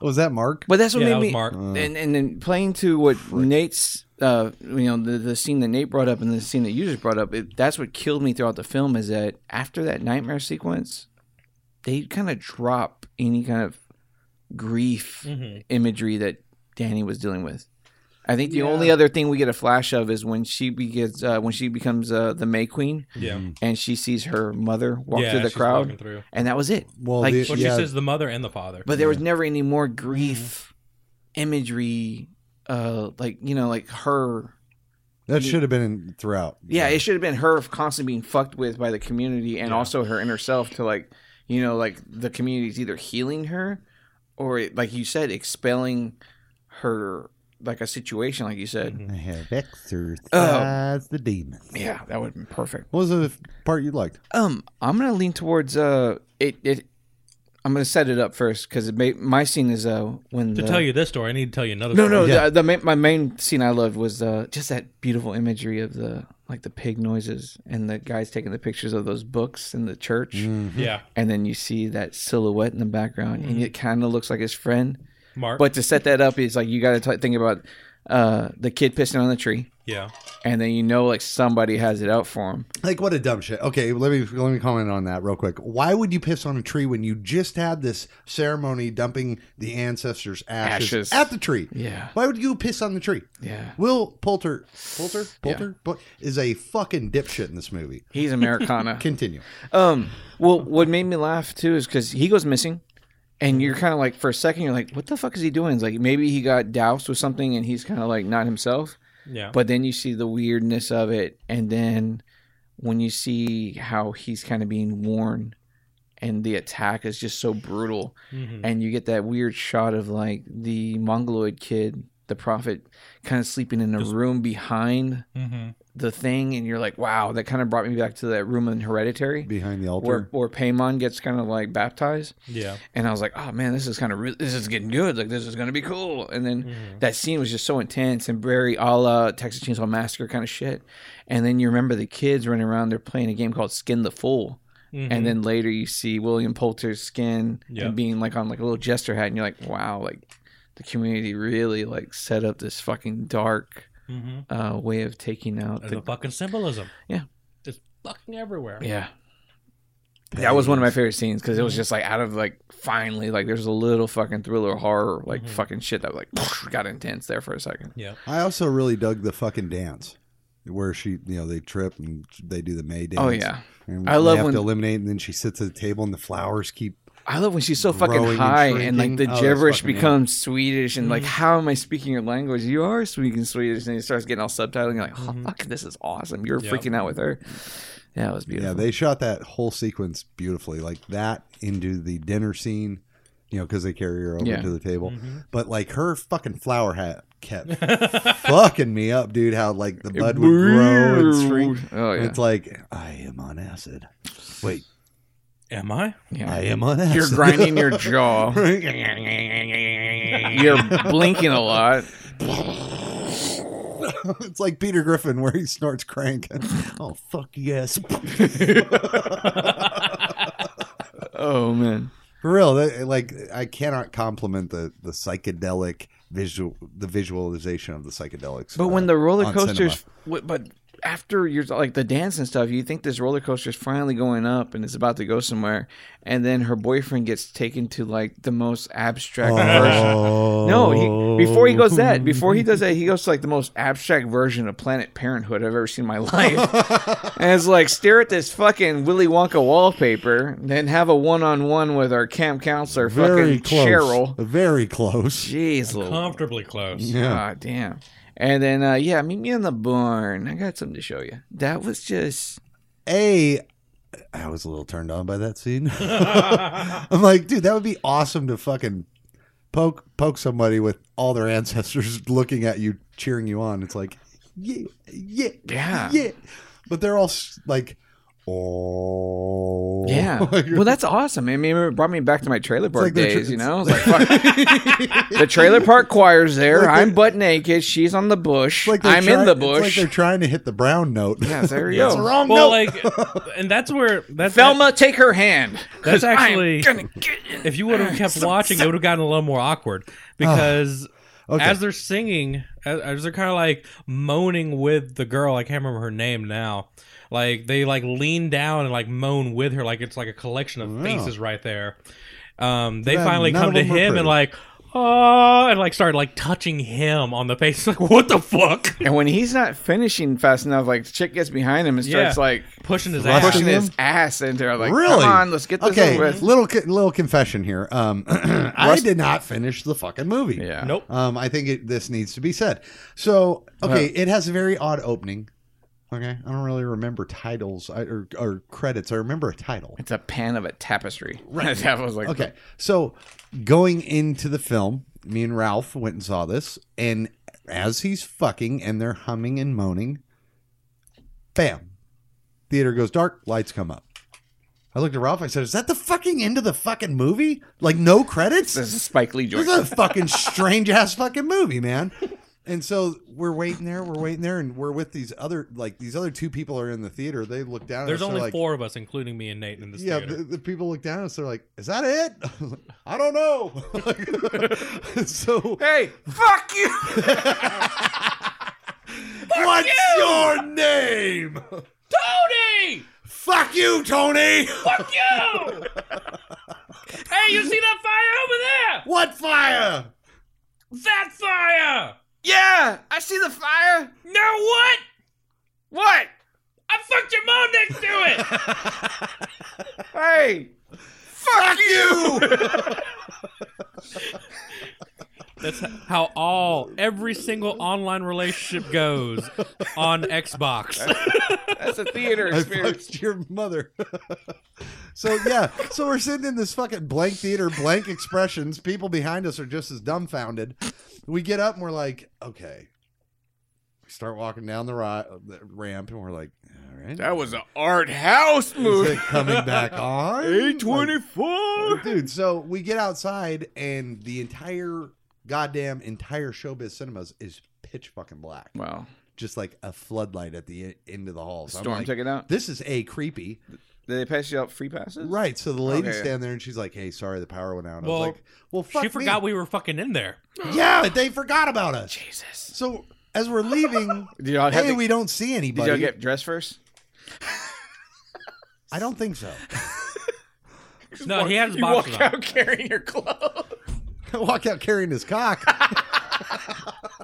Was Oh, that Mark?
But that's what
yeah,
made
that was uh,
me.
Mark.
And and then playing to what Nate's, uh, you know, the, the scene that Nate brought up and the scene that you just brought up, it, that's what killed me throughout the film. Is that after that nightmare sequence, they kind of drop any kind of grief
Mhm.
imagery that Danny was dealing with. I think the only other thing we get a flash of is when she begins uh, when she becomes uh, the May Queen
Yeah,
and she sees her mother walk
yeah,
through the
she's
crowd,
walking Through.
and that was it.
Well,
Like,
the-
Well,
yeah,
she says the mother and the father.
But there was never any more grief
Mm-hmm.
imagery, uh, like you know, like her.
that should have been in, throughout.
Yeah, it should have been her constantly being fucked with by the community, and also her inner self to like, you know, like the community's either healing her, or like you said, expelling her like a situation, like you said.
Mm-hmm.
I have exercised
Oh.
the demon.
Yeah, that would have been perfect.
What was the f- part you liked?
Um, I'm gonna lean towards uh, it. it I'm gonna set it up first because it may, my scene is uh when
to
the,
tell you this story, I need to tell you another.
No,
story.
no,
Yeah.
the, the main, my main scene I loved was uh, just that beautiful imagery of the like the pig noises and the guys taking the pictures of those books in the church,
yeah,
and then you see that silhouette in the background, and it kind of looks like his friend.
Mark.
But to set that up is like you got to think about uh, the kid pissing on the tree,
yeah,
and then you know like somebody has it out for him.
Like what a dumb shit. Okay, let me let me comment on that real quick. Why would you piss on a tree when you just had this ceremony dumping the ancestors' ashes,
Ashes.
at the tree?
Yeah.
Why would you piss on the tree?
Yeah.
Will Poulter Poulter Poulter Pol- is a fucking dipshit in this movie.
He's
[laughs]
Americana.
Continue.
Um, well, what made me laugh too is because he goes missing, and you're kind of like, for a second, you're like, what the fuck is he doing? It's like maybe he got doused with something and he's kind of like not himself.
yeah.
But then you see the weirdness of it, and then when you see how he's kind of being worn, and the attack is just so brutal,
Mhm.
Mm-hmm.
and you get that weird shot of like the Mongoloid kid the prophet kind of sleeping in a room behind
Mm-hmm.
the thing, and you're like, wow, that kind of brought me back to that room in Hereditary
behind the altar.
where where Paimon gets kind of like baptized,
Yeah.
and I was like, oh man, this is kind of re- this is getting good, like this is gonna be cool, and
Mm-hmm.
then
Mm-hmm.
that scene was just so intense and very a la Texas Chainsaw Massacre kind of shit, and then you remember the kids running around, they're playing a game called Skin the Fool.
Mm-hmm.
And then later you see William Poulter's skin
Yeah.
and being like on like a little jester hat, and you're like, wow, like the community really like set up this fucking dark
Mm-hmm.
uh, way of taking out
And the,
the
fucking symbolism.
Yeah.
It's fucking everywhere.
yeah. That was one of my favorite scenes because it was just like out of like finally like there's a little fucking thriller horror like fucking shit that like [sniffs] got intense there for a second.
Yeah.
I also really dug the fucking dance where she, you know, they trip and they do the May dance.
Oh yeah,
And
I
they
love
have
when-
to eliminate, and then she sits at the table, and the flowers keep.
I love when she's so fucking
Growing and
high and, like the
shrinking. Oh, that's
gibberish
fucking-
becomes Swedish and like how am I speaking your language? You are speaking Swedish and it starts getting all subtitling. You're like oh, fuck, this is awesome. You're
Yep.
freaking out with her. Yeah, it was beautiful.
Yeah, they shot that whole sequence beautifully, like that into the dinner scene, you know, because they carry her over
Yeah.
to the table. But like her fucking flower hat kept fucking me up, dude. How like the bud would grow and shrink.
Oh yeah,
It's like I am on acid. Wait,
Am I?
yeah.
I am on acid.
You're grinding your jaw. You're blinking a
[laughs]
lot.
[laughs] it's like Peter Griffin where he snorts crank. [laughs] oh fuck yes.
Oh man.
For real, that, like I cannot compliment the the psychedelic visual, the visualization of the psychedelics.
But when
uh,
the roller
on
coasters, w- but after you're like the dance and stuff, you think this roller coaster's finally going up and it's about to go somewhere, and then her boyfriend gets taken to like the most abstract version.
cinema.
[laughs]
[laughs] Oh.
No, he, before he goes that, before he does that, he goes to like the most abstract version of Planet Parenthood I've ever seen in my [laughs] life. and it's like stare at this fucking Willy Wonka wallpaper, then have a one-on-one with our camp counselor,
very
fucking
close,
Cheryl.
very close.
Jeez, Lou-
Comfortably close.
Yeah,
God Ah, damn. And then uh, yeah, meet me on the barn. I got something to show you. That was just
a. I was a little turned on by that [laughs] scene. I'm like, dude, that would be awesome to fucking poke poke somebody with all their ancestors [laughs] looking at you, cheering you on. It's like, yeah, yeah,
Yeah.
yeah. But they're all s- like, oh, [laughs]
yeah. well, that's awesome. I mean, it brought me back to my trailer park
like the tr-
days. you know, It's like,
[laughs]
fuck. the trailer park choir's there. I'm butt naked. She's on the bush.
It's like they're
I'm in
try-
the
It's like
bush.
they're trying to hit the brown
[laughs]
note.
yeah, there
[laughs]
you
That's the
go.
wrong
Well,
note.
like, and that's where that's
Thelma, take her hand. 'cause
That's actually-
I'm gonna get you.
if you would have kept watching, it would have gotten a little
[sighs]
more awkward because
okay.
as they're singing, as, as they're kind of like moaning with the girl, I can't remember her name now. Like they like lean down and like moan with her, like it's like a collection of faces right there. Um, they
Yeah,
finally
none
come
of
to
them are
him
pretty.
and like. Oh, and like start like touching him on the face. [laughs] Like, what the fuck?
And when he's not finishing fast enough, like the chick gets behind him and starts
Yeah.
like
Pushing his
Thrusting
ass.
pushing
him?
his ass into her. Like,
really?
come on, let's get this
okay.
over with.
Little co- little confession here. Um, [clears throat] I did not finish the fucking movie.
Yeah.
Nope.
Um, I think it, this needs to be said. So, okay, it has a very odd opening. Okay, I don't really remember titles I, or, or credits. I remember a title.
It's a pan of a tapestry. [laughs] Right. that was like
Okay, so going into the film, me and Ralph went and saw this, and as he's fucking and they're humming and moaning, bam, theater goes dark, lights come up. I looked at Ralph. I said, "Is that the fucking end of the fucking movie? Like no credits?
This is Spike Lee joint.
This is a fucking strange ass fucking movie, man. And so we're waiting there, we're waiting there, and we're with these other like these other two people are in the theater. They look down.
There's
at us, they're
only
like,
four of us, including me and Nate, in this
Yeah,
theater.
the, the people look down at us. They're like, "Is that it?" [laughs] I was like, I don't know. [laughs] so
Hey, fuck you!
[laughs] what's your name?
Tony!
Fuck you, Tony.
Fuck you! hey, you see that fire over there?
What fire?
That fire!
Yeah, I see the fire.
Now what?
What?
I fucked your mom next to it!
Hey, fuck you!
[laughs] That's how all, every single online relationship goes on Xbox.
That's a theater
[laughs] I
experience.
fucked your mother. [laughs] so yeah, so we're sitting in this fucking blank theater, blank expressions. People behind us are just as dumbfounded. we get up and we're like, okay. We start walking down the, ri- the ramp and we're like, all right.
That was an art house
Is
movie.
[laughs] it coming back on?
Eight
Like,
twenty-four.
dude. So we get outside, and the entire goddamn entire showbiz cinemas is pitch fucking black,
Wow.
just like a floodlight at the e- end of the hall. So I'm
Storm
like,
took it out.
This is a creepy,
Did they pass you out free passes?
right? So the lady's
Okay.
standing there, and she's like, "Hey, sorry, the power went out." I
Well,
was like, "Well, fuck
she
me.
forgot we were fucking in there.
yeah, but they forgot about us."
Jesus.
So as we're leaving,
[laughs] Did y'all, have
hey,
to-
we don't see
did
anybody.
y'all get dressed first?
I don't think so.
No, he had his
You walk
boxers on.
out carrying your clothes.
[laughs] Walk out carrying his cock. [laughs]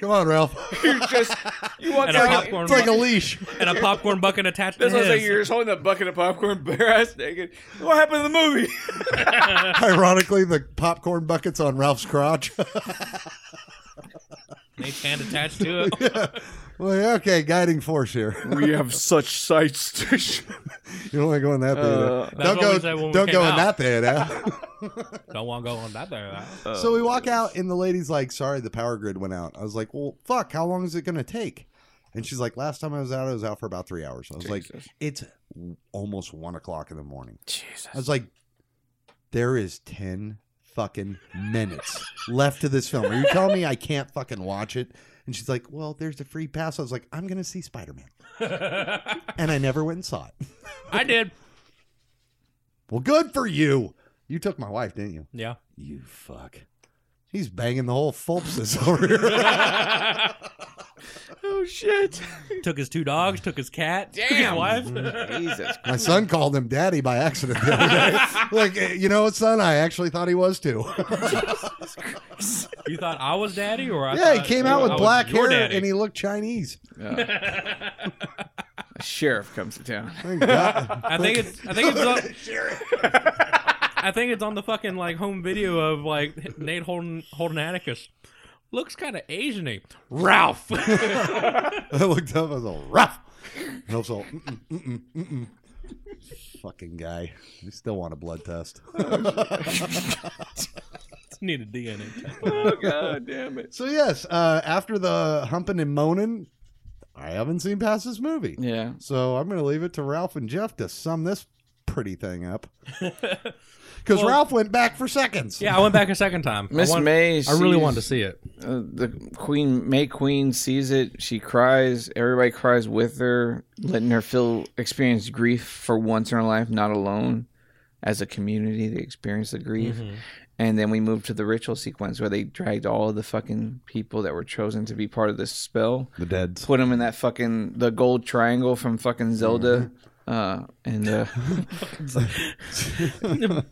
Come on, Ralph.
You're just you walk
And a
out.
popcorn
It's like a
bucket, [laughs]
leash.
and a popcorn bucket attached to
That's what I say.
his.
You're just holding a bucket of popcorn, bare ass naked. What happened in the movie?
Ironically, the popcorn bucket's on Ralph's crotch. [laughs]
They hand attached to it.
[laughs]
well, yeah, okay, guiding force here. [laughs]
we [laughs] have such sights to [laughs] show.
You don't want to go in that
Uh,
theater.
That's
don't
what we said when
go.
we
Don't
came
go in
out.
that
[laughs]
theater.
Don't want to go on that there.
Oh,
so we walk out, and the lady's like, "Sorry, the power grid went out." I was like, "Well, fuck. How long is it gonna take?" And she's like, "Last time I was out, I was out for about three hours." I was like,
Jesus.
"It's w- almost one o'clock in the morning."
Jesus.
I was like, "There is ten fucking minutes left to this film. Are you telling me I can't fucking watch it?" And she's like, "Well, there's a free pass." I was like, "I'm gonna see Spider
[laughs]
Man," and I never went and saw it.
I did.
Well, good for you. You took my wife, didn't you?
Yeah.
You fuck. He's banging the whole Fulpsis [laughs] over here.
oh shit.
Took his two dogs. Took his cat. took his
Damn.
wife.
Jesus.
my son called him daddy by accident. the
[laughs]
other day. like, eh, you know what, son? I actually thought he was too.
You thought I was daddy, or I
yeah, he
thought
came
you-
out
I
with
Uh, was
black
your
hair
daddy.
and he looked Chinese. [laughs]
A sheriff comes to town.
Thank God.
I think it's. I think it's. On,
[laughs]
I think it's on the fucking like home video of like Nate holding holding Atticus. Looks kind of Asian-y. Ralph. [laughs]
I looked up. I was all rough. And I was all, mm-mm, mm-mm, mm-mm. Fucking guy. We still want a blood test. [laughs]
Need a DNA test.
Oh god damn it.
so, yes, uh, after the humping and moaning, I haven't seen past this movie.
Yeah.
So I'm going to leave it to Ralph and Jeff to sum this pretty thing
[laughs]
up. Because Ralph went back for seconds.
Yeah, I went back a second time. I
Miss
want-
May.
I really
sees-
wanted to see
[laughs]
it.
Uh, the queen, May Queen, sees it. She cries. Everybody cries with her, letting her feel experience grief for once in her life, not alone. As a community, they experience the grief.
Mm-hmm.
And then we move to the ritual sequence where they dragged all the fucking people that were chosen to be part of this spell,
The deads.
put them in that fucking the gold triangle from fucking Zelda.
Mm-hmm.
Uh, and uh,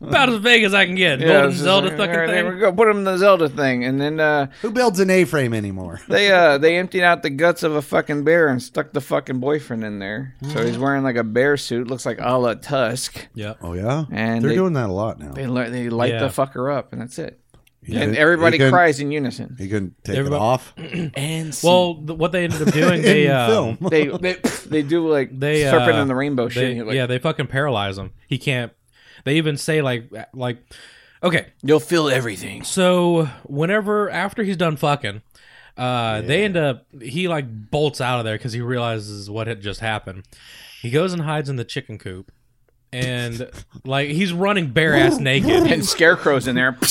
About as vague as I can get.
yeah,
[laughs] Golden
it's just
Zelda
like,
fucking
all right, there we
thing.
go. Put them in the Zelda thing, and then uh,
Who builds an A-frame anymore?
They uh they emptied out the guts of a fucking bear and stuck the fucking boyfriend in there. So
Mm.
he's wearing like a bear suit, looks like a la Tusk,
Yeah.
Oh, yeah?
and
They're
they
doing that a lot now.
they, li- they light
Yeah.
the fucker up, and that's it.
He
And
couldn't-
everybody
he couldn't-
cries in unison.
He couldn't take
Everybody-
it off.
And
Well, th- what they ended up doing,
[laughs]
they
In
uh,
film.
they they they do like
[laughs] they uh,
serpent in the rainbow
they-
shit. You're like,
yeah, they fucking paralyze him. He can't. They even say like like, okay,
you'll feel everything.
so whenever after he's done fucking, uh, they end up he like bolts out of there because he realizes what had just happened. He goes and hides in the chicken coop, and like he's running bare
[laughs]
ass naked.
And scarecrows in there. [laughs]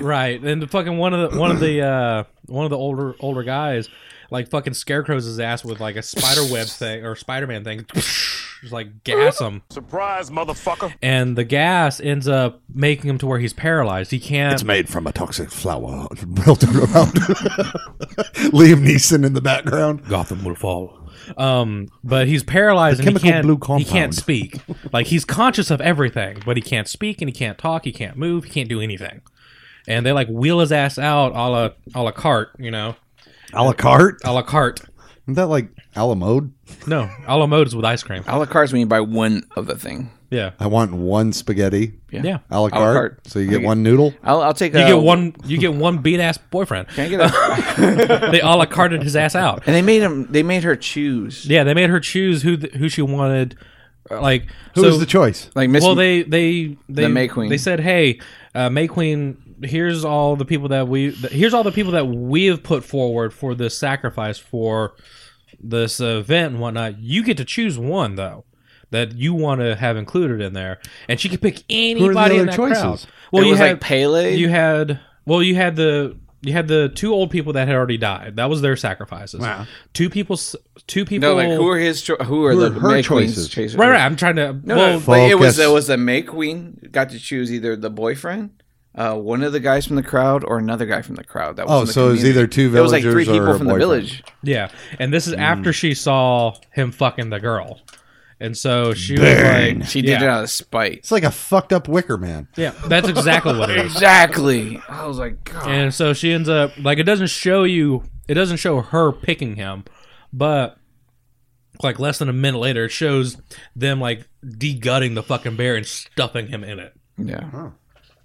Right, and the fucking one of the one
[clears throat]
of the uh, one of the older older guys, like fucking scarecrows his ass with like a spider
[laughs]
web thing or Spider Man thing, just like gas him,
Surprise, motherfucker.
and the gas ends up making him to where he's paralyzed. He can't.
made from a toxic flower melted around. [laughs] Liam Neeson in the background.
Gotham will fall. Um, but he's paralyzed
The
and he
chemical
can't.
blue
he can't
compound. [laughs]
speak. like he's conscious of everything, but he can't speak and he can't talk. He can't move. He can't do anything. And they like wheel his ass out a la a la carte, you know,
A la carte?
a la carte.
Isn't that like a la mode?
No, a la mode is with ice cream.
A la carte's when you buy one of the thing.
Yeah.
I want one spaghetti.
Yeah.
Yeah.
A
A
la
la
carte.
carte.
So you get one noodle.
I'll, I'll take.
You
uh,
get one. You get one beat ass
[laughs]
boyfriend.
Can I get
[laughs]
a,
They a la carted his ass out.
and they made him. They made her choose.
Yeah, they made her choose who th- who she wanted. uh, Like
Who
so,
was the choice?
Like Miss.
Well, they they they
May Queen.
They said, "Hey, uh, May Queen here's all the people that we th- here's all the people that we have put forward for this sacrifice for this event and whatnot. You get to choose one though that you want to have included in there, and she could pick anybody in
other
that
choices?
crowd.
Well,
Well,
it
you
was
had
like Pele.
you had well you had the you had the two old people that had already died. That was their sacrifices.
Wow.
Two people. s- Two people.
no, like who are his? Cho- who are
Who
the
are her
May Queen's
choices?
choices?
Right, right. I'm trying to.
No,
well,
no, but it was
focus.
it was the May Queen got to choose either the boyfriend, uh, one of the guys from the crowd, or another guy from the crowd. That was
Oh,
in the
so it was
community.
either two
It was like three
villagers or
people
a
from the
boyfriend.
village.
Yeah, and this is
Hmm.
after she saw him fucking the girl, and so she was like,
She
yeah,
did it out of spite.
It's like a fucked up Wicker Man.
Yeah, that's exactly what it
[laughs]
is.
Exactly. I was like, God.
And so she ends up like it doesn't show you, it doesn't show her picking him, but like less than a minute later, it shows them like degutting the fucking bear and stuffing him in it,
yeah.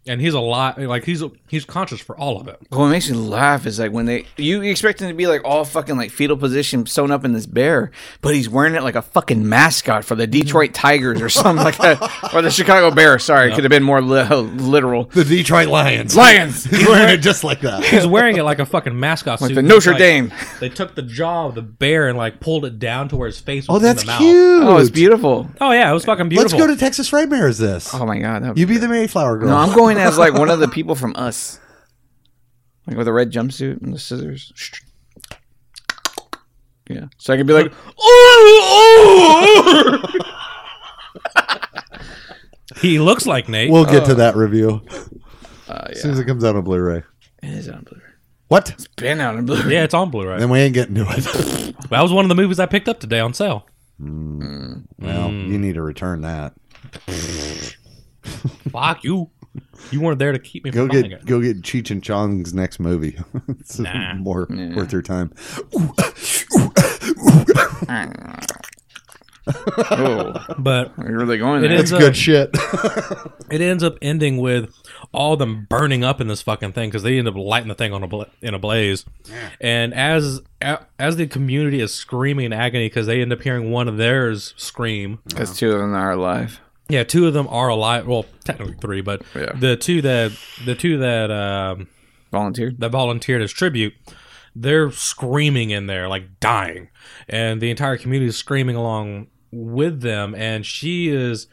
and he's alive. Like he's he's conscious for all of it.
Well, what makes me laugh is like when they you expect him to be like all fucking like fetal position sewn up in this bear, but he's wearing it like a fucking mascot for the Detroit Tigers or something like
[laughs]
that, or the Chicago Bears. Sorry, it could have been more li- literal.
The Detroit Lions.
Lions,
[laughs] He's wearing it just like that.
He's wearing it like a fucking mascot suit.
like the
It's
Notre
like-
Dame.
They took the jaw of the bear and like pulled it down to where his face
[laughs]
was
Oh,
in the
that's
mouth.
cute.
Oh, it's beautiful.
Oh yeah, it was fucking
Let's
beautiful.
go to Texas Nightmare as this.
Oh my god, that
You be the Mayflower
[laughs]
girl.
No, I'm going as like one of the people from Us, like with a red jumpsuit and the scissors. Yeah, so I could be like,
he looks like Nate.
we'll get
Uh,
to that review. As soon as it comes out on Blu-ray.
it is on Blu-ray.
What?
Been out on Blu-ray.
yeah, it's on Blu-ray.
Then we ain't getting to [laughs] it.
That was one of the movies I picked up today on sale.
well, you need to return that.
Fuck you. You weren't there to keep me
Go
from
get
buying it.
go get Cheech and Chong's next movie. [laughs] it's
Nah.
more worth your time. [laughs]
Oh,
But
you're really going
it
there.
ends, up,
Good [laughs] shit.
it ends up ending with all them burning up in this fucking thing because they end up lighting the thing on a bla- in a blaze. And as a- as the community is screaming in agony because they end up hearing one of theirs scream,
Because two of them are alive.
Yeah, two of them are alive. Well, technically three, but
Yeah.
the two that the two that um,
Volunteered.
that volunteered as tribute, they're screaming in there like dying, and the entire community is screaming along with them. And she is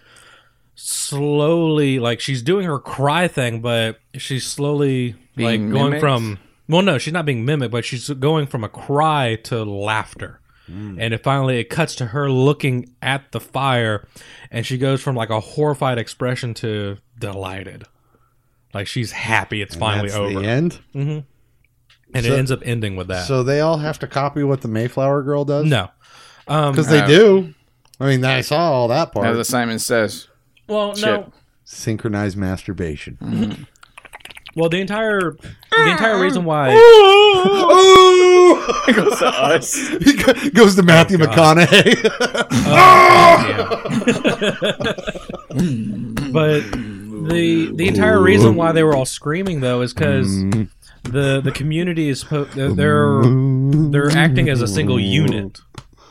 slowly like she's doing her cry thing, but she's slowly like
Being
going
mimicked?
from well, no, she's not being mimicked, but she's going from a cry to laughter. And it finally it cuts to her looking at the fire, and she goes from like a horrified expression to delighted, like she's happy it's finally
That's
over
the end.
and
So-
it ends up ending with that.
So they all have to copy what the Mayflower girl does?
no,
Because they do. I mean, I saw all that part.
As the Simon says.
well,
Shit.
no,
Synchronized
[laughs]
masturbation.
well, the entire the entire reason why
[laughs] Oh!
[laughs] goes to us.
he go- [laughs] goes to Matthew
Oh,
McConaughey. [laughs]
[laughs] but the the entire reason why they were all screaming though is because the the community is po- they're they're- they're acting as a single unit.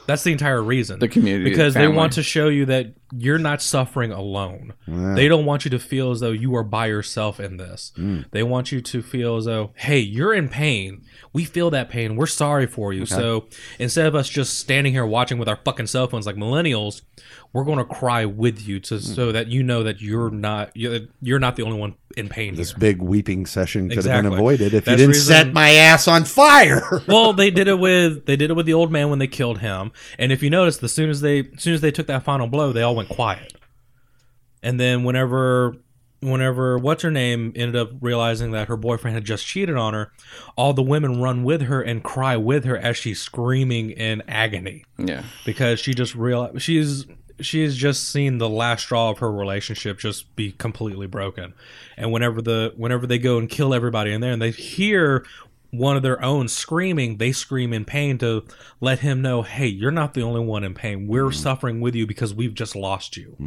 That's the entire reason.
The community,
because
the
they
family.
want to show you that you're not suffering alone. They don't want you to feel as though you are by yourself in this.
Mm.
They want you to feel as though, hey, you're in pain. We feel that pain. We're sorry for you. So instead of us just standing here watching with our fucking cell phones like millennials, we're going to cry with you to
Mm.
so that you know that you're not you're, you're not the only one in pain.
this
here.
big weeping session could have been
Exactly.
avoided if
That's
you didn't
reason-
set my ass on
[laughs]
fire.
well, they did it with they did it with the old man when they killed him. And if you notice, as soon as they as soon as they took that final blow, they all went quiet. And then whenever whenever what's her name ended up realizing that her boyfriend had just cheated on her, all the women run with her and cry with her as she's screaming in agony
Yeah.
because she just realized she's she has just seen the last straw of her relationship just be completely broken and whenever the whenever they go and kill everybody in there and they hear one of their own screaming they scream in pain to let him know hey you're not the only one in pain
Mm-hmm.
we're suffering with you because we've just lost you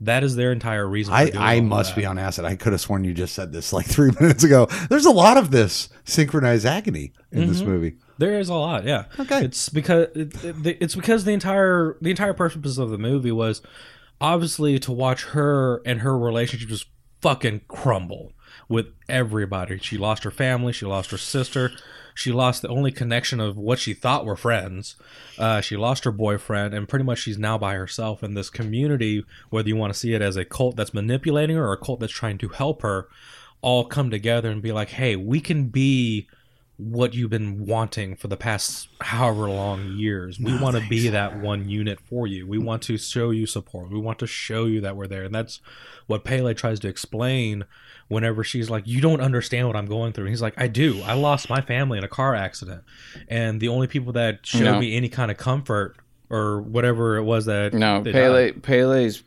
that is their entire reason
Mm.
for
I,
doing
I
all
must
that.
be on acid. I could have sworn you just said this like [laughs] three minutes ago. There's a lot of this synchronized agony in this
Mm-hmm.
movie.
There is a lot, yeah.
Okay.
it's because it, it- it's because the entire the entire purpose of the movie was obviously to watch her and her relationship just fucking crumble. with everybody. She lost her family. She lost her sister. She lost the only connection of what she thought were friends. Uh, she lost her boyfriend, and pretty much she's now by herself in this community. Whether you want to see it as a cult that's manipulating her or a cult that's trying to help her, all come together and be like, "Hey, we can be." what you've been wanting for the past however long years. We want to be that one unit for you. We want to show you support. We want to show you that we're there. And that's what Pele tries to explain whenever she's like, You don't understand what I'm going through. And he's like, I do. I lost my family in a car accident. And the only people that showed
No.
me any kind of comfort or whatever it was that
No,
they
Pele
died.
Pele's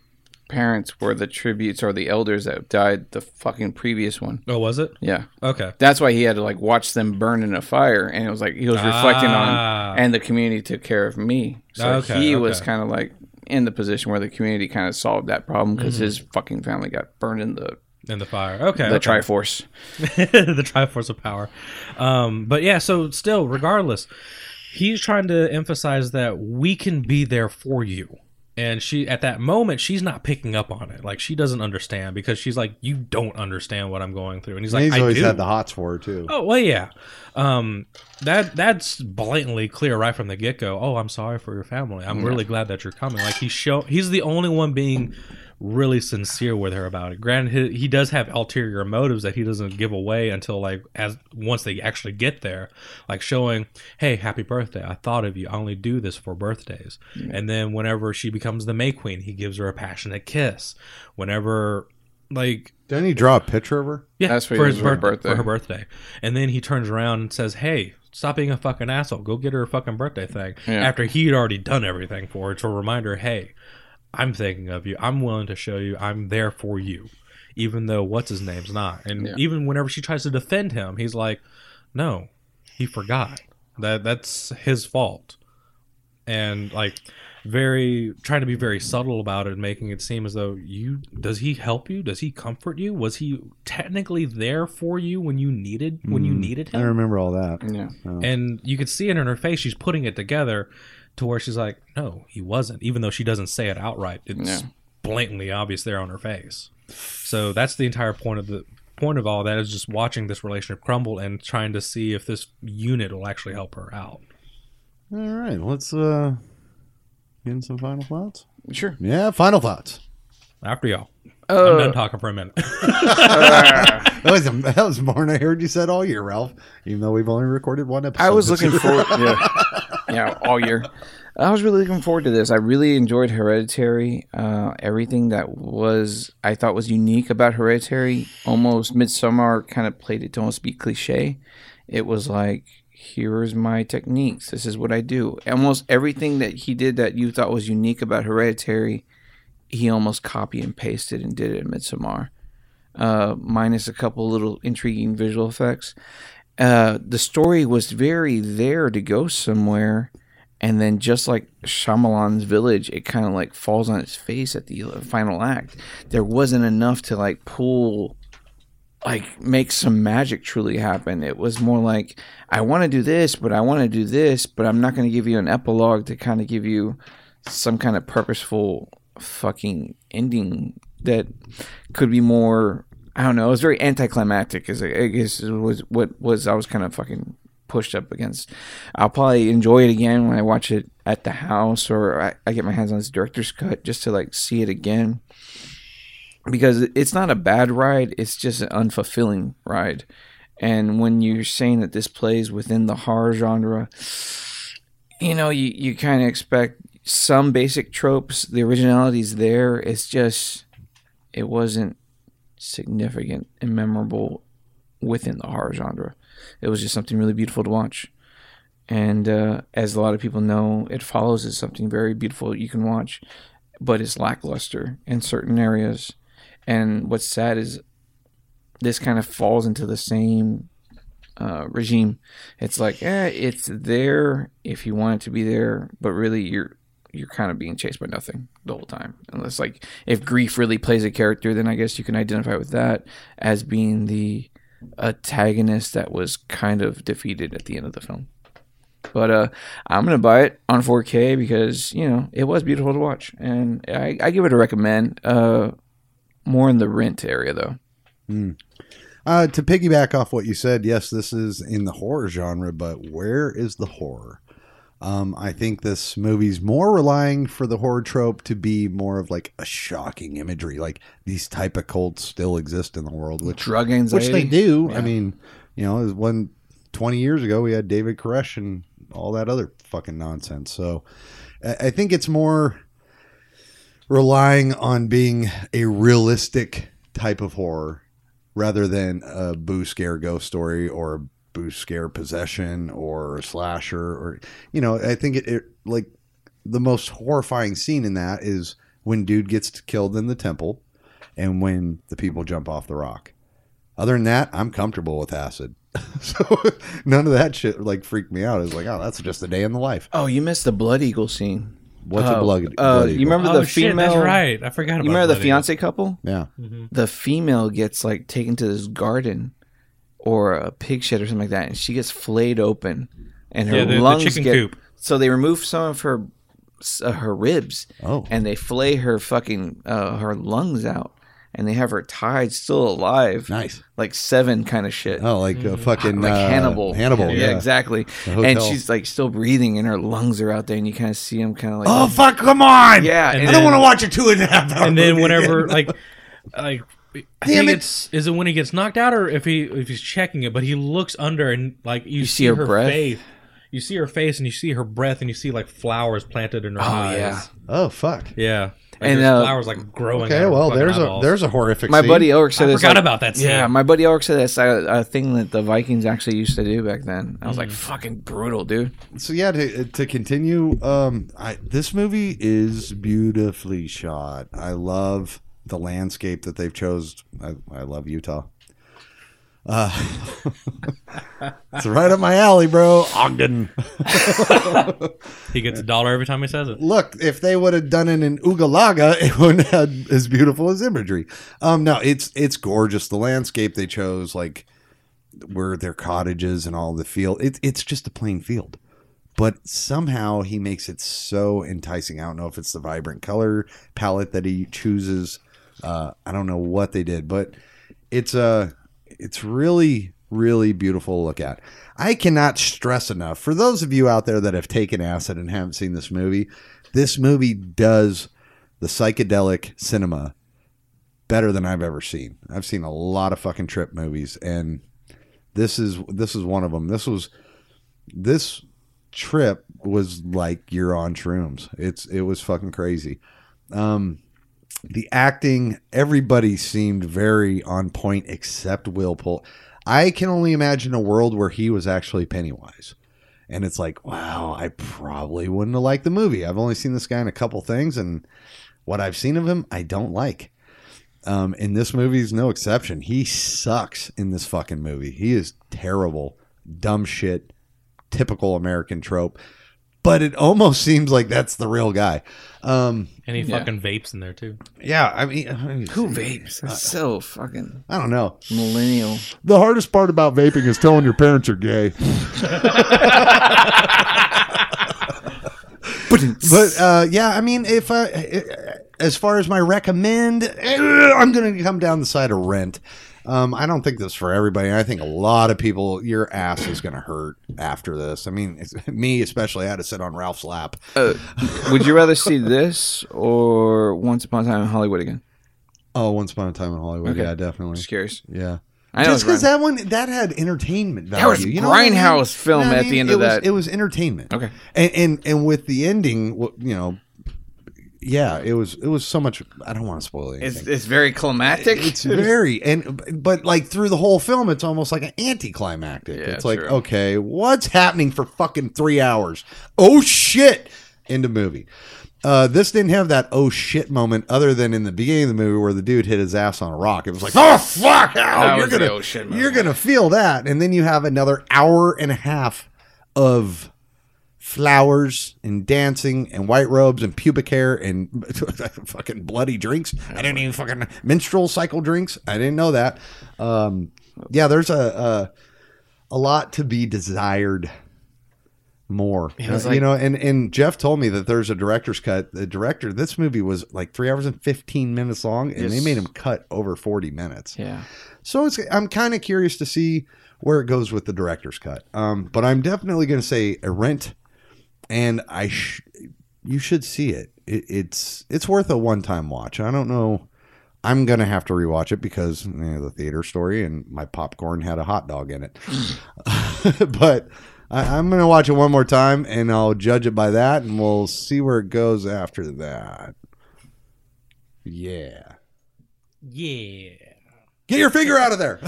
parents were the tributes or the elders that died the fucking previous one.
Oh, was it?
Yeah.
Okay.
That's why he had to like watch them burn in a fire and it was like he was reflecting
Ah.
on and the community took care of me. So
Okay,
he was
okay.
kind of like in the position where the community kind of solved that problem because
Mm-hmm.
his fucking family got burned in the
In the fire. Okay.
the
okay.
Triforce.
[laughs] the Triforce of Power. Um, but yeah, so still, regardless, he's trying to emphasize that we can be there for you. And she, at that moment, she's not picking up on it. Like she doesn't understand because she's like, "You don't understand what I'm going through." And he's
And
like,
he's
"I
always
do."
had the hots for her too.
Oh well, yeah. Um, that that's blatantly clear right from the get go. Oh, I'm sorry for your family. I'm really glad that you're coming. Like he's show he's the only one being really sincere with her about it. Granted, he, he does have ulterior motives that he doesn't give away until like as once they actually get there, like showing, hey, happy birthday. I thought of you. I only do this for birthdays. And then whenever she becomes the May Queen, he gives her a passionate kiss. Whenever like
Didn't he draw a picture of her?
yeah,
That's for
for
his
his birth-
birthday.
For her birthday, and then he turns around and says, "Hey, stop being a fucking asshole. Go get her a fucking birthday thing."
Yeah.
After he had already done everything for her to remind her, "Hey, I'm thinking of you. I'm willing to show you. I'm there for you, even though what's his name's not." And
Yeah.
even whenever she tries to defend him, he's like, "No, he forgot. That that's his fault." And like very trying to be very subtle about it, making it seem as though you does he help you? Does he comfort you? Was he technically there for you when you needed when you needed
I don't
him?
remember all that.
Yeah.
And you could see it in her face. She's putting it together to where she's like, no, he wasn't. Even though she doesn't say it outright, it's
Yeah.
blatantly obvious there on her face. So that's the entire point of the point of all that is just watching this relationship crumble and trying to see if this unit will actually help her out.
All right, let's uh get in some final thoughts.
Sure.
Yeah, final thoughts.
After y'all, I'm
Oh,
done talking for a minute.
That was [laughs] that was more than I heard you said all year, Ralph. Even though we've only recorded one episode.
I was looking forward. yeah. yeah, all year. I was really looking forward to this. I really enjoyed Hereditary. Uh, everything that was I thought was unique about Hereditary, almost Midsummer kind of played it to almost be cliche. It was like, here's my techniques. This is what I do. Almost everything that he did that you thought was unique about Hereditary, he almost copy and pasted and did it in Midsummer. Uh, minus a couple little intriguing visual effects uh, the story was very there to go somewhere, and then just like Shyamalan's Village, it kind of like falls on its face at the final act. There wasn't enough to like pull, like make some magic truly happen. It was more like I want to do this, but I want to do this, but I'm not going to give you an epilogue to kind of give you some kind of purposeful fucking ending that could be more. I don't know. It was very anticlimactic. Is I guess it was what was I was kind of fucking pushed up against. I'll probably enjoy it again when I watch it at the house or I, I get my hands on this director's cut just to like see it again because it's not a bad ride. It's just an unfulfilling ride. And when you're saying that this plays within the horror genre, you know, you, you kind of expect some basic tropes. The originality's there. It's just, it wasn't significant and memorable within the horror genre. It was just something really beautiful to watch. And uh, as a lot of people know, it follows is something very beautiful you can watch, but it's lackluster in certain areas. And what's sad is this kind of falls into the same uh, regime. It's like, eh, it's there if you want it to be there, but really you're you're kind of being chased by nothing the whole time. Unless like if grief really plays a character, then I guess you can identify with that as being the antagonist that was kind of defeated at the end of the film. But uh, I'm gonna buy it on 4K because you know it was beautiful to watch, and I, I give it a recommend. Uh, more in the rent area though.
Uh, to piggyback off what you said, yes, this is in the horror genre, but where is the horror? Um, I think this movie's more relying for the horror trope to be more of like a shocking imagery, like these type of cults still exist in the world, which
Drug anxiety.
which they do. I
Yeah.
mean, you know, is when 20 years ago we had David Koresh and all that other fucking nonsense. So I I think it's more relying on being a realistic type of horror rather than a boo scare ghost story or a boo scare possession or a slasher or you know i think it, it like the most horrifying scene in that is when dude gets killed in the temple and when the people jump off the rock other than that i'm comfortable with acid [laughs] so none of that shit like freaked me out it's like oh that's just a day in the life
Oh, you missed the Blood Eagle scene.
what's a
Oh,
blood,
uh,
blood
you
eagle?
remember
[laughs] oh,
the
shit,
female?
that's right. I forgot about
You remember the
Blood Eagle.
fiance couple?
yeah
the female gets like taken to this garden or a pig shed or something like that, and she gets flayed open, and her
Yeah, the- the
lungs
chicken
get.
coop.
So they remove some of her uh, her ribs,
Oh.
and they flay her fucking uh, her lungs out, and they have her tied still alive,
nice
like seven kind of shit.
oh like uh, fucking
Like
uh,
Hannibal,
hannibal
Mm-hmm. yeah, exactly. And
hotel.
she's like still breathing, and her lungs are out there, and you kind of see them kind of like,
oh fuck come on
yeah.
And
and-
I don't want to watch a two and a half [laughs] hour.
and then
movie
whenever
again.
like like I
Damn
think
it.
it's is it when he gets knocked out or if he if he's checking it, but he looks under and like you,
see her breath?
face. You see her face and you see her breath and you see like flowers planted in her
oh
eyes.
yeah.
oh fuck.
Yeah. Like,
And,
there's
uh,
flowers like growing. out
Okay,
of her
well
fucking
there's a
eyeballs.
there's a horrific.
My
scene.
buddy Ulrich said
I
this.
forgot
like-
about that scene.
Yeah, my buddy Ulrich said that's uh, a, a thing that the Vikings actually used to do back then. I was like, fucking brutal, dude.
So yeah, to, uh, to continue, um, I, this movie is beautifully shot. I love the landscape that they've chose. I, I love Utah. Uh, [laughs] it's right up my alley, bro. Ogden.
He gets a dollar every time he says it.
look, if they would have done it in Ugalaga, [laughs] it wouldn't have had as beautiful as imagery. Um, no, it's it's gorgeous. The landscape they chose, like where their cottages and all the field, it's it's just a plain field. But somehow he makes it so enticing. I don't know if it's the vibrant color palette that he chooses. Uh, I don't know what they did, but it's uh, it's really really beautiful to look at. I cannot stress enough for those of you out there that have taken acid and haven't seen this movie. This movie does the psychedelic cinema better than I've ever seen. I've seen a lot of fucking trip movies, and this is this is one of them. This was this trip was like you're on shrooms. It's it was fucking crazy. Um, the acting, everybody seemed very on point except Will Pull. I can only imagine a world where he was actually Pennywise. And it's like, wow, I probably wouldn't have liked the movie. I've only seen this guy in a couple things, and what I've seen of him, I don't like. Um, and this movie is no exception. He sucks in this fucking movie. He is terrible, dumb shit, typical American trope. But it almost [laughs] seems like that's the real guy. Um,
And he fucking vapes in there too.
yeah, I mean, I mean,
Who vapes? That's so fucking
I don't know.
millennial.
The hardest part about vaping is telling your parents you're gay.
[laughs] But uh, yeah, I mean, if I, as far as my recommend, eh, I'm going to come down the side of rent. Um, I don't think this is for everybody. I think a lot of people, your ass is going to hurt after this. I mean, it's, [laughs] me especially, I had to sit on Ralph's lap.
[laughs] Would you rather see this or Once Upon a Time in Hollywood again?
Oh, Once Upon a Time in Hollywood.
Okay.
Yeah, definitely.
Just curious.
Yeah.
I know
Just
it's
because that one that had entertainment value.
was
you know what I mean?
grindhouse film
what I
at the
mean?
end
it
of
was,
that.
It was entertainment.
Okay.
And and and with the ending, well, you know, yeah, it was it was so much. I don't want to spoil anything.
It's, it's very climactic.
It's very and but like through the whole film, it's almost like an anticlimactic.
Yeah,
it's like
true.
okay, what's happening for fucking three hours? Oh shit! End of movie. Uh, this didn't have that oh shit moment, other than in the beginning of the movie where the dude hit his ass on a rock. It was like oh fuck, ow,
That
you're
was the
gonna
oh shit moment.
you're gonna feel that, and then you have another hour and a half of flowers and dancing and white robes and pubic hair and [laughs] fucking bloody drinks. I didn't even fucking menstrual cycle drinks. I didn't know that. Um, yeah, there's a, a a lot to be desired more.
It was
Uh, you
like-
know, and and Jeff told me that there's a director's cut. The director, this movie was like three hours and fifteen minutes long, and they
Yes.
made him cut over forty minutes.
[laughs] Yeah.
So it's I'm kind of curious to see where it goes with the director's cut. Um, but I'm definitely going to say a rent, and I sh- you should see it. it. It's it's worth a one time watch. I don't know. I'm gonna have to rewatch it because you know, the theater story and my popcorn had a hot dog in it. [laughs] but I, I'm gonna watch it one more time and I'll judge it by that, and we'll see where it goes after that. Yeah.
Yeah.
Get your finger out of there.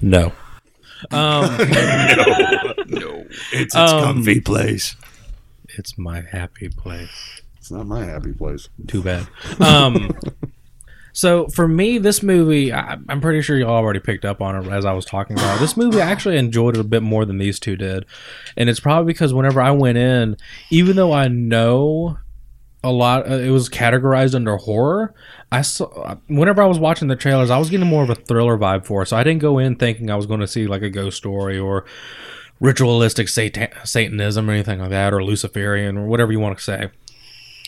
No.
Um,
It's its
Um,
comfy place.
it's my happy place.
It's not my happy place.
Too bad. Um, so for me, this movie, I, I'm pretty sure y'all already picked up on it as I was talking about. it. This movie, I actually enjoyed it a bit more than these two did, and it's probably because whenever I went in, even though I know a lot, uh, it was categorized under horror. I saw whenever I was watching the trailers, I was getting more of a thriller vibe for it, so I didn't go in thinking I was going to see like a ghost story or ritualistic satan- Satanism or anything like that, or Luciferian or whatever you want to say.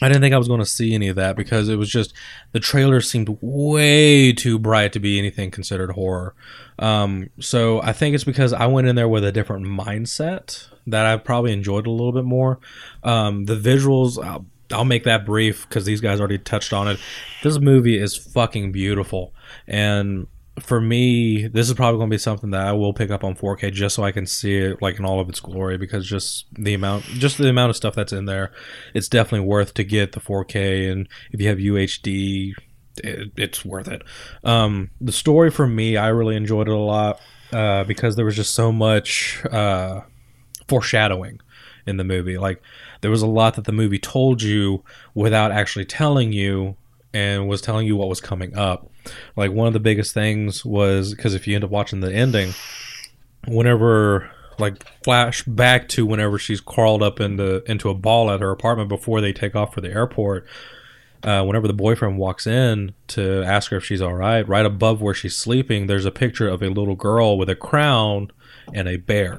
I didn't think I was going to see any of that because it was just the trailer seemed way too bright to be anything considered horror. Um, so I think it's because I went in there with a different mindset that I probably enjoyed a little bit more. Um, the visuals, I'll, I'll make that brief because these guys already touched on it. This movie is fucking beautiful. And for me, this is probably going to be something that I will pick up on 4K just so I can see it like in all of its glory because just the amount, just the amount of stuff that's in there, it's definitely worth to get the 4K. And if you have UHD, it, it's worth it. Um, the story for me, I really enjoyed it a lot uh, because there was just so much uh, foreshadowing in the movie. Like there was a lot that the movie told you without actually telling you, and was telling you what was coming up. Like one of the biggest things was because if you end up watching the ending, whenever like flash back to whenever she's crawled up into into a ball at her apartment before they take off for the airport. Uh, whenever the boyfriend walks in to ask her if she's all right, right above where she's sleeping, there's a picture of a little girl with a crown and a bear.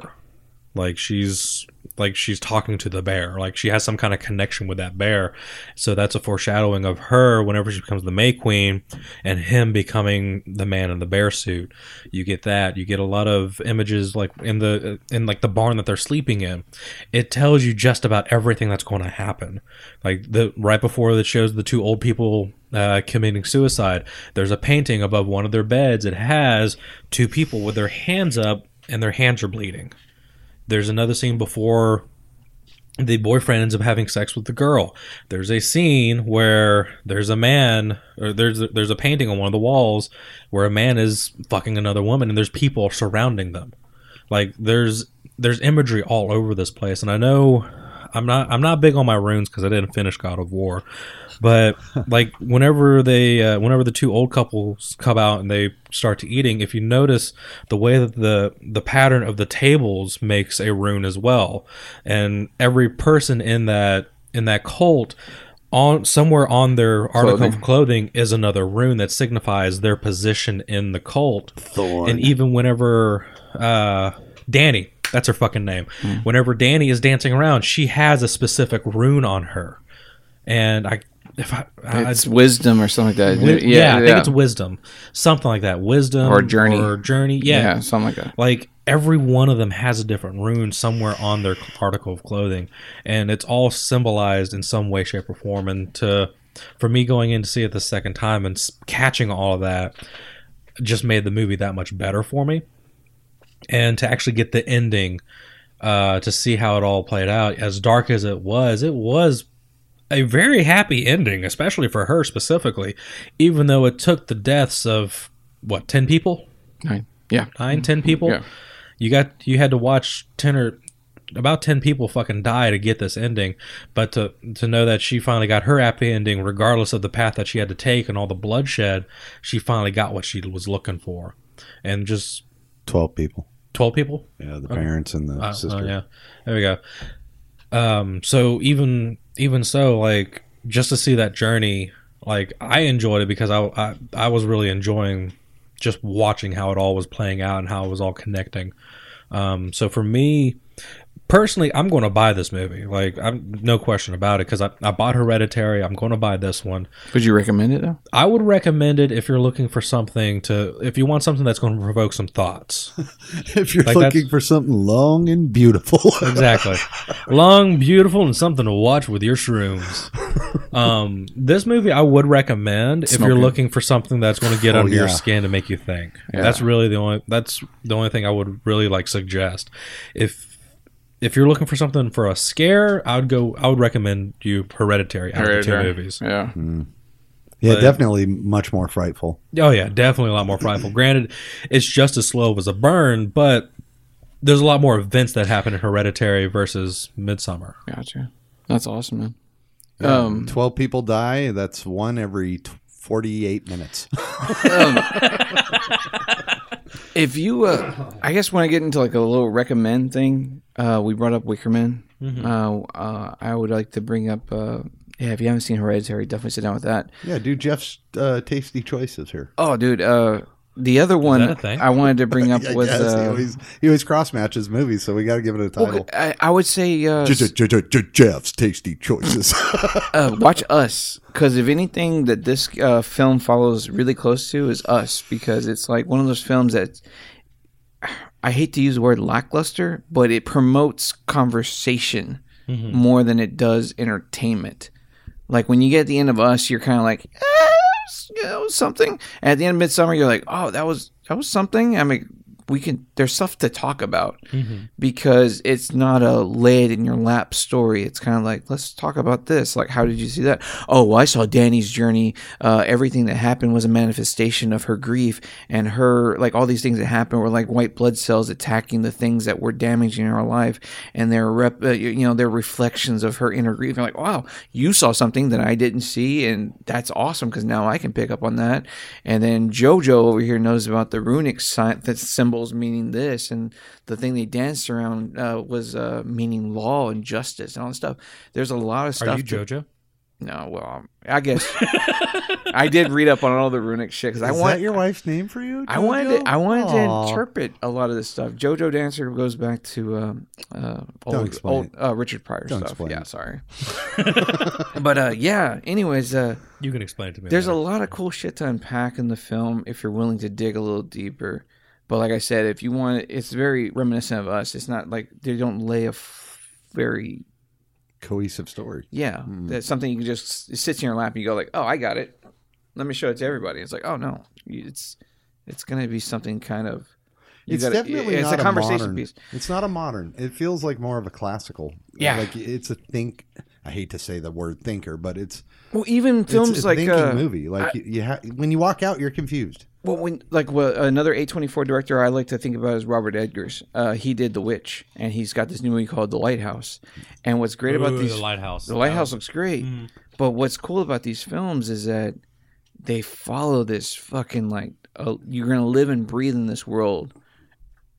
Like she's like she's talking to the bear. Like she has some kind of connection with that bear. So that's a foreshadowing of her whenever she becomes the May Queen and him becoming the man in the bear suit. You get that. You get a lot of images like in the in like the barn that they're sleeping in. It tells you just about everything that's going to happen. Like the right before it shows the two old people uh, committing suicide, there's a painting above one of their beds. It has two people with their hands up and their hands are bleeding. There's another scene before the boyfriend ends up having sex with the girl. There's a scene where there's a man, or there's a, there's a painting on one of the walls where a man is fucking another woman, and there's people surrounding them. Like there's there's imagery all over this place, and I know I'm not I'm not big on my runes because I didn't finish God of War, but like whenever they uh, whenever the two old couples come out and they start to eating if you notice the way that the the pattern of the tables makes a rune as well and every person in that in that cult on somewhere on their article of clothing is another rune that signifies their position in the cult and even whenever uh danny that's her fucking name whenever danny is dancing around she has a specific rune on her and I if I, I
It's wisdom or something like that.
Uh, wi-
yeah,
yeah, I think it's wisdom, something like that, wisdom
Or journey.
or journey,
yeah.
yeah,
something like that.
like every one of them has a different rune somewhere on their article of clothing, and it's all symbolized in some way, shape, or form. And to for me going in to see it the second time and s- catching all of that just made the movie that much better for me. And to actually get the ending, uh, to see how it all played out, as dark as it was, it was a very happy ending, especially for her specifically, even though it took the deaths of what, 10 people?
Nine. Yeah. Mm-hmm.
nine, ten people.
Yeah.
You got you had to watch ten or about ten people fucking die to get this ending. But to to know that she finally got her happy ending, regardless of the path that she had to take and all the bloodshed, she finally got what she was looking for. And just
Twelve people.
twelve people?
Yeah, the parents and the
Uh,
sister.
Oh yeah, there we go. Um, so even even so, like just to see that journey, like I enjoyed it because I I, I was really enjoying just watching how it all was playing out and how it was all connecting. Um, so for me, personally, I'm going to buy this movie. Like, I'm no question about it because I, I bought Hereditary. I'm going to buy this one.
Would you recommend it though?
I would recommend it if you're looking for something to, if you want something that's going to provoke some thoughts.
if you're
Like that's-
looking for something long and beautiful.
[laughs]
[laughs]
Exactly. Long, beautiful, and something to watch with your shrooms. Um, this movie I would recommend if you're
Smoking.
looking for something that's going to get
Oh,
under your
yeah.
skin to make you think. That's really the only. That's the only thing I would really like suggest. If if you're looking for something for a scare, I would go. I would recommend you Hereditary. Out of the two
Hereditary.
movies.
Yeah.
yeah,
But-
definitely much more frightful.
Oh yeah, definitely a lot more frightful. Granted, it's just as slow as a burn, but there's a lot more events that happen in Hereditary versus Midsummer.
Gotcha. That's awesome, man.
Um, Twelve people die. That's one every t- forty-eight [laughs] minutes.
If you, uh, I guess when I get into like a little recommend thing, uh, we brought up Wicker Man.
Mm-hmm.
Uh, uh, I would like to bring up, uh, yeah, if you haven't seen Hereditary, definitely sit down with that.
yeah, do Jeff's uh, tasty choices here.
Oh, dude, uh, the other
that
one
a thing?
I wanted to bring up
[laughs] I
was,
guess. he
uh,
always he always cross matches movies, so we got to give it a title.
I, I would say uh,
J- J- J- J- Jeff's
[laughs]
tasty choices.
uh, watch Us because if anything that this uh, film follows really close to is Us because it's like one of those films that I hate to use the word lackluster, but it promotes conversation more than it does entertainment. Like when you get at the end of Us, you're kind of like, eh, s- you know, something. And at the end of Midsummer, you're like, oh, that was that was something. I mean, we can. There's stuff to talk about because it's not a lead in your lap story. It's kind of like, let's talk about this. Like, how did you see that? Oh, well, I saw Danny's journey. Uh, everything that happened was a manifestation of her grief and her like all these things that happened were like white blood cells attacking the things that were damaging her life, and their rep, uh, you you know, their reflections of her inner grief. And like, wow, you saw something that I didn't see, and that's awesome because now I can pick up on that. And then JoJo over here knows about the runic sign that symbols meaning this, and the thing they danced around uh, was uh, meaning law and justice and all that stuff. There's a lot of stuff.
Are you
to-
JoJo?
No, well, um, I guess I did read up on all the runic shit because I
Is
want
that your wife's name for you?
I wanted
Jojo?
to, I wanted
Aw.
to interpret a lot of this stuff. JoJo Dancer goes back to um, uh,
Don't
old,
explain
old uh, Richard Pryor
Don't
stuff.
explain
yeah,
it.
sorry. [laughs]
[laughs]
but uh, yeah. Anyways, uh,
You can explain it to me.
there's a
later.
lot of cool shit to unpack in the film if you're willing to dig a little deeper. But like I said, if you want, it's very reminiscent of us. It's not like they don't lay a f- very
cohesive story.
yeah.
Mm-hmm.
That's something you can just it sits in your lap and you go like, oh, I got it. Let me show it to everybody. It's like, oh no, it's it's gonna be something kind of. you
it's
gotta-
definitely
it's
not
a conversation
modern,
piece.
It's not a modern. It feels like more of a classical.
Yeah.
like it's a think. I hate to say the word thinker, but it's
Well, even films
it's a
like
thinking
uh,
movie. Like you, you ha- when you walk out, you're confused.
well, when like well, another A twenty four director I like to think about is Robert Edgers. Uh, he did The Witch, and he's got this new movie called The Lighthouse. And what's great about
Ooh,
these
the lighthouse. Mm-hmm.
The lighthouse looks great, but what's cool about these films is that they follow this fucking like uh, you're gonna live and breathe in this world.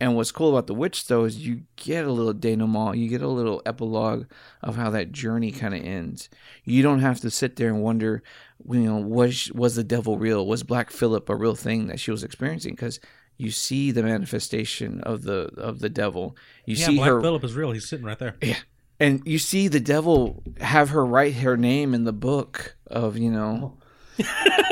And what's cool about the witch though is you get a little denouement, you get a little epilogue of how that journey kind of ends. You don't have to sit there and wonder, you know, was sh- was the devil real? Was Black Phillip a real thing that she was experiencing? Because you see the manifestation of the of the devil. You
Yeah,
see
Black
her
Phillip is real. He's sitting
[laughs]
right there.
and you see the devil have her write her name in the book of you know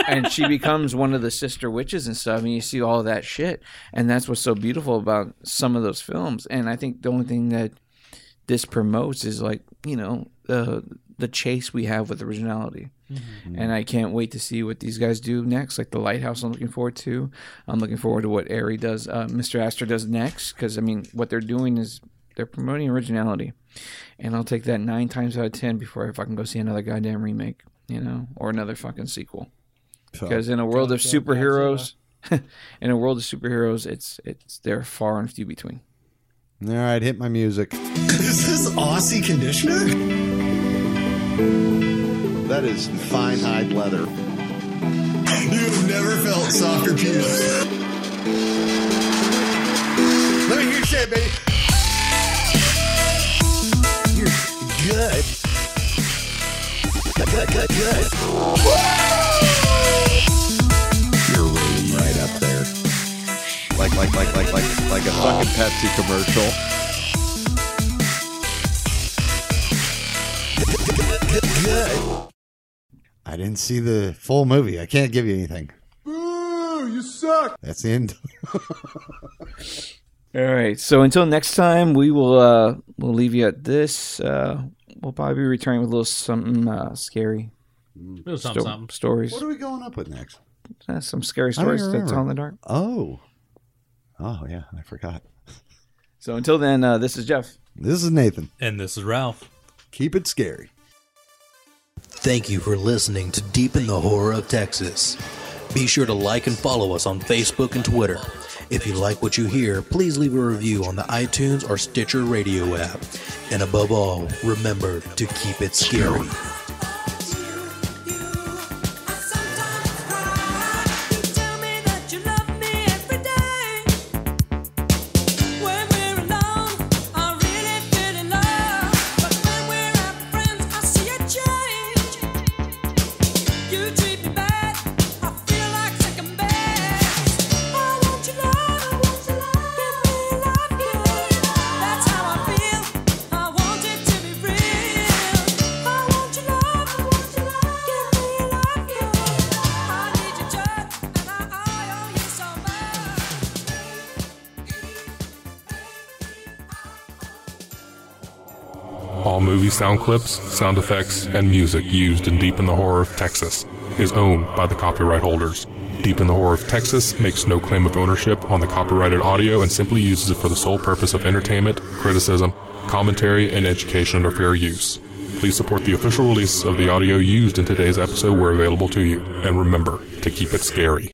and she becomes one of the sister witches and stuff and you see all that shit and that's what's so beautiful about some of those films and i think the only thing that this promotes is like you know uh, the chase we have with originality and i can't wait to see what these guys do next like the lighthouse i'm looking forward to i'm looking forward to what ari does uh, mr astor does next because i mean what they're doing is they're promoting originality and I'll take that nine times out of ten before I fucking go see another goddamn remake, you know, or another fucking sequel. Because in a world of superheroes, [laughs] in a world of superheroes, it's it's they're far and few between.
All right, hit my music.
Is this Aussie conditioner?
That is fine hide leather.
You've never felt softer penis. Let me hear your shit, baby. You're good. Good, good, good, good.
You're really right up there. Like like like like like like a fucking Pepsi commercial.
good.
I didn't see the full movie. I can't give you anything.
Boo, you suck.
That's the end.
All right. So until next time, we will uh we'll leave you at this. Uh, we'll probably be returning with a little something uh, scary
It was something,
sto-
something.
stories.
What are we going up with next?
Uh, some scary
I don't
stories to
remember.
tell in the dark.
Oh. Oh, yeah. I forgot.
So until then, uh, this is Jeff.
This is Nathan.
And this is Ralph.
Keep it scary.
Thank you for listening to Deep in the Horror of Texas. Be sure to like and follow us on Facebook and Twitter. If you like what you hear, please leave a review on the iTunes or Stitcher radio app. And above all, remember to keep it scary.
All movie sound clips, sound effects, and music used in Deep in the Horror of Texas is owned by the copyright holders. Deep in the Horror of Texas makes no claim of ownership on the copyrighted audio and simply uses it for the sole purpose of entertainment, criticism, commentary, and education under fair use. Please support the official release of the audio used in today's episode where available to you, and remember to keep it scary.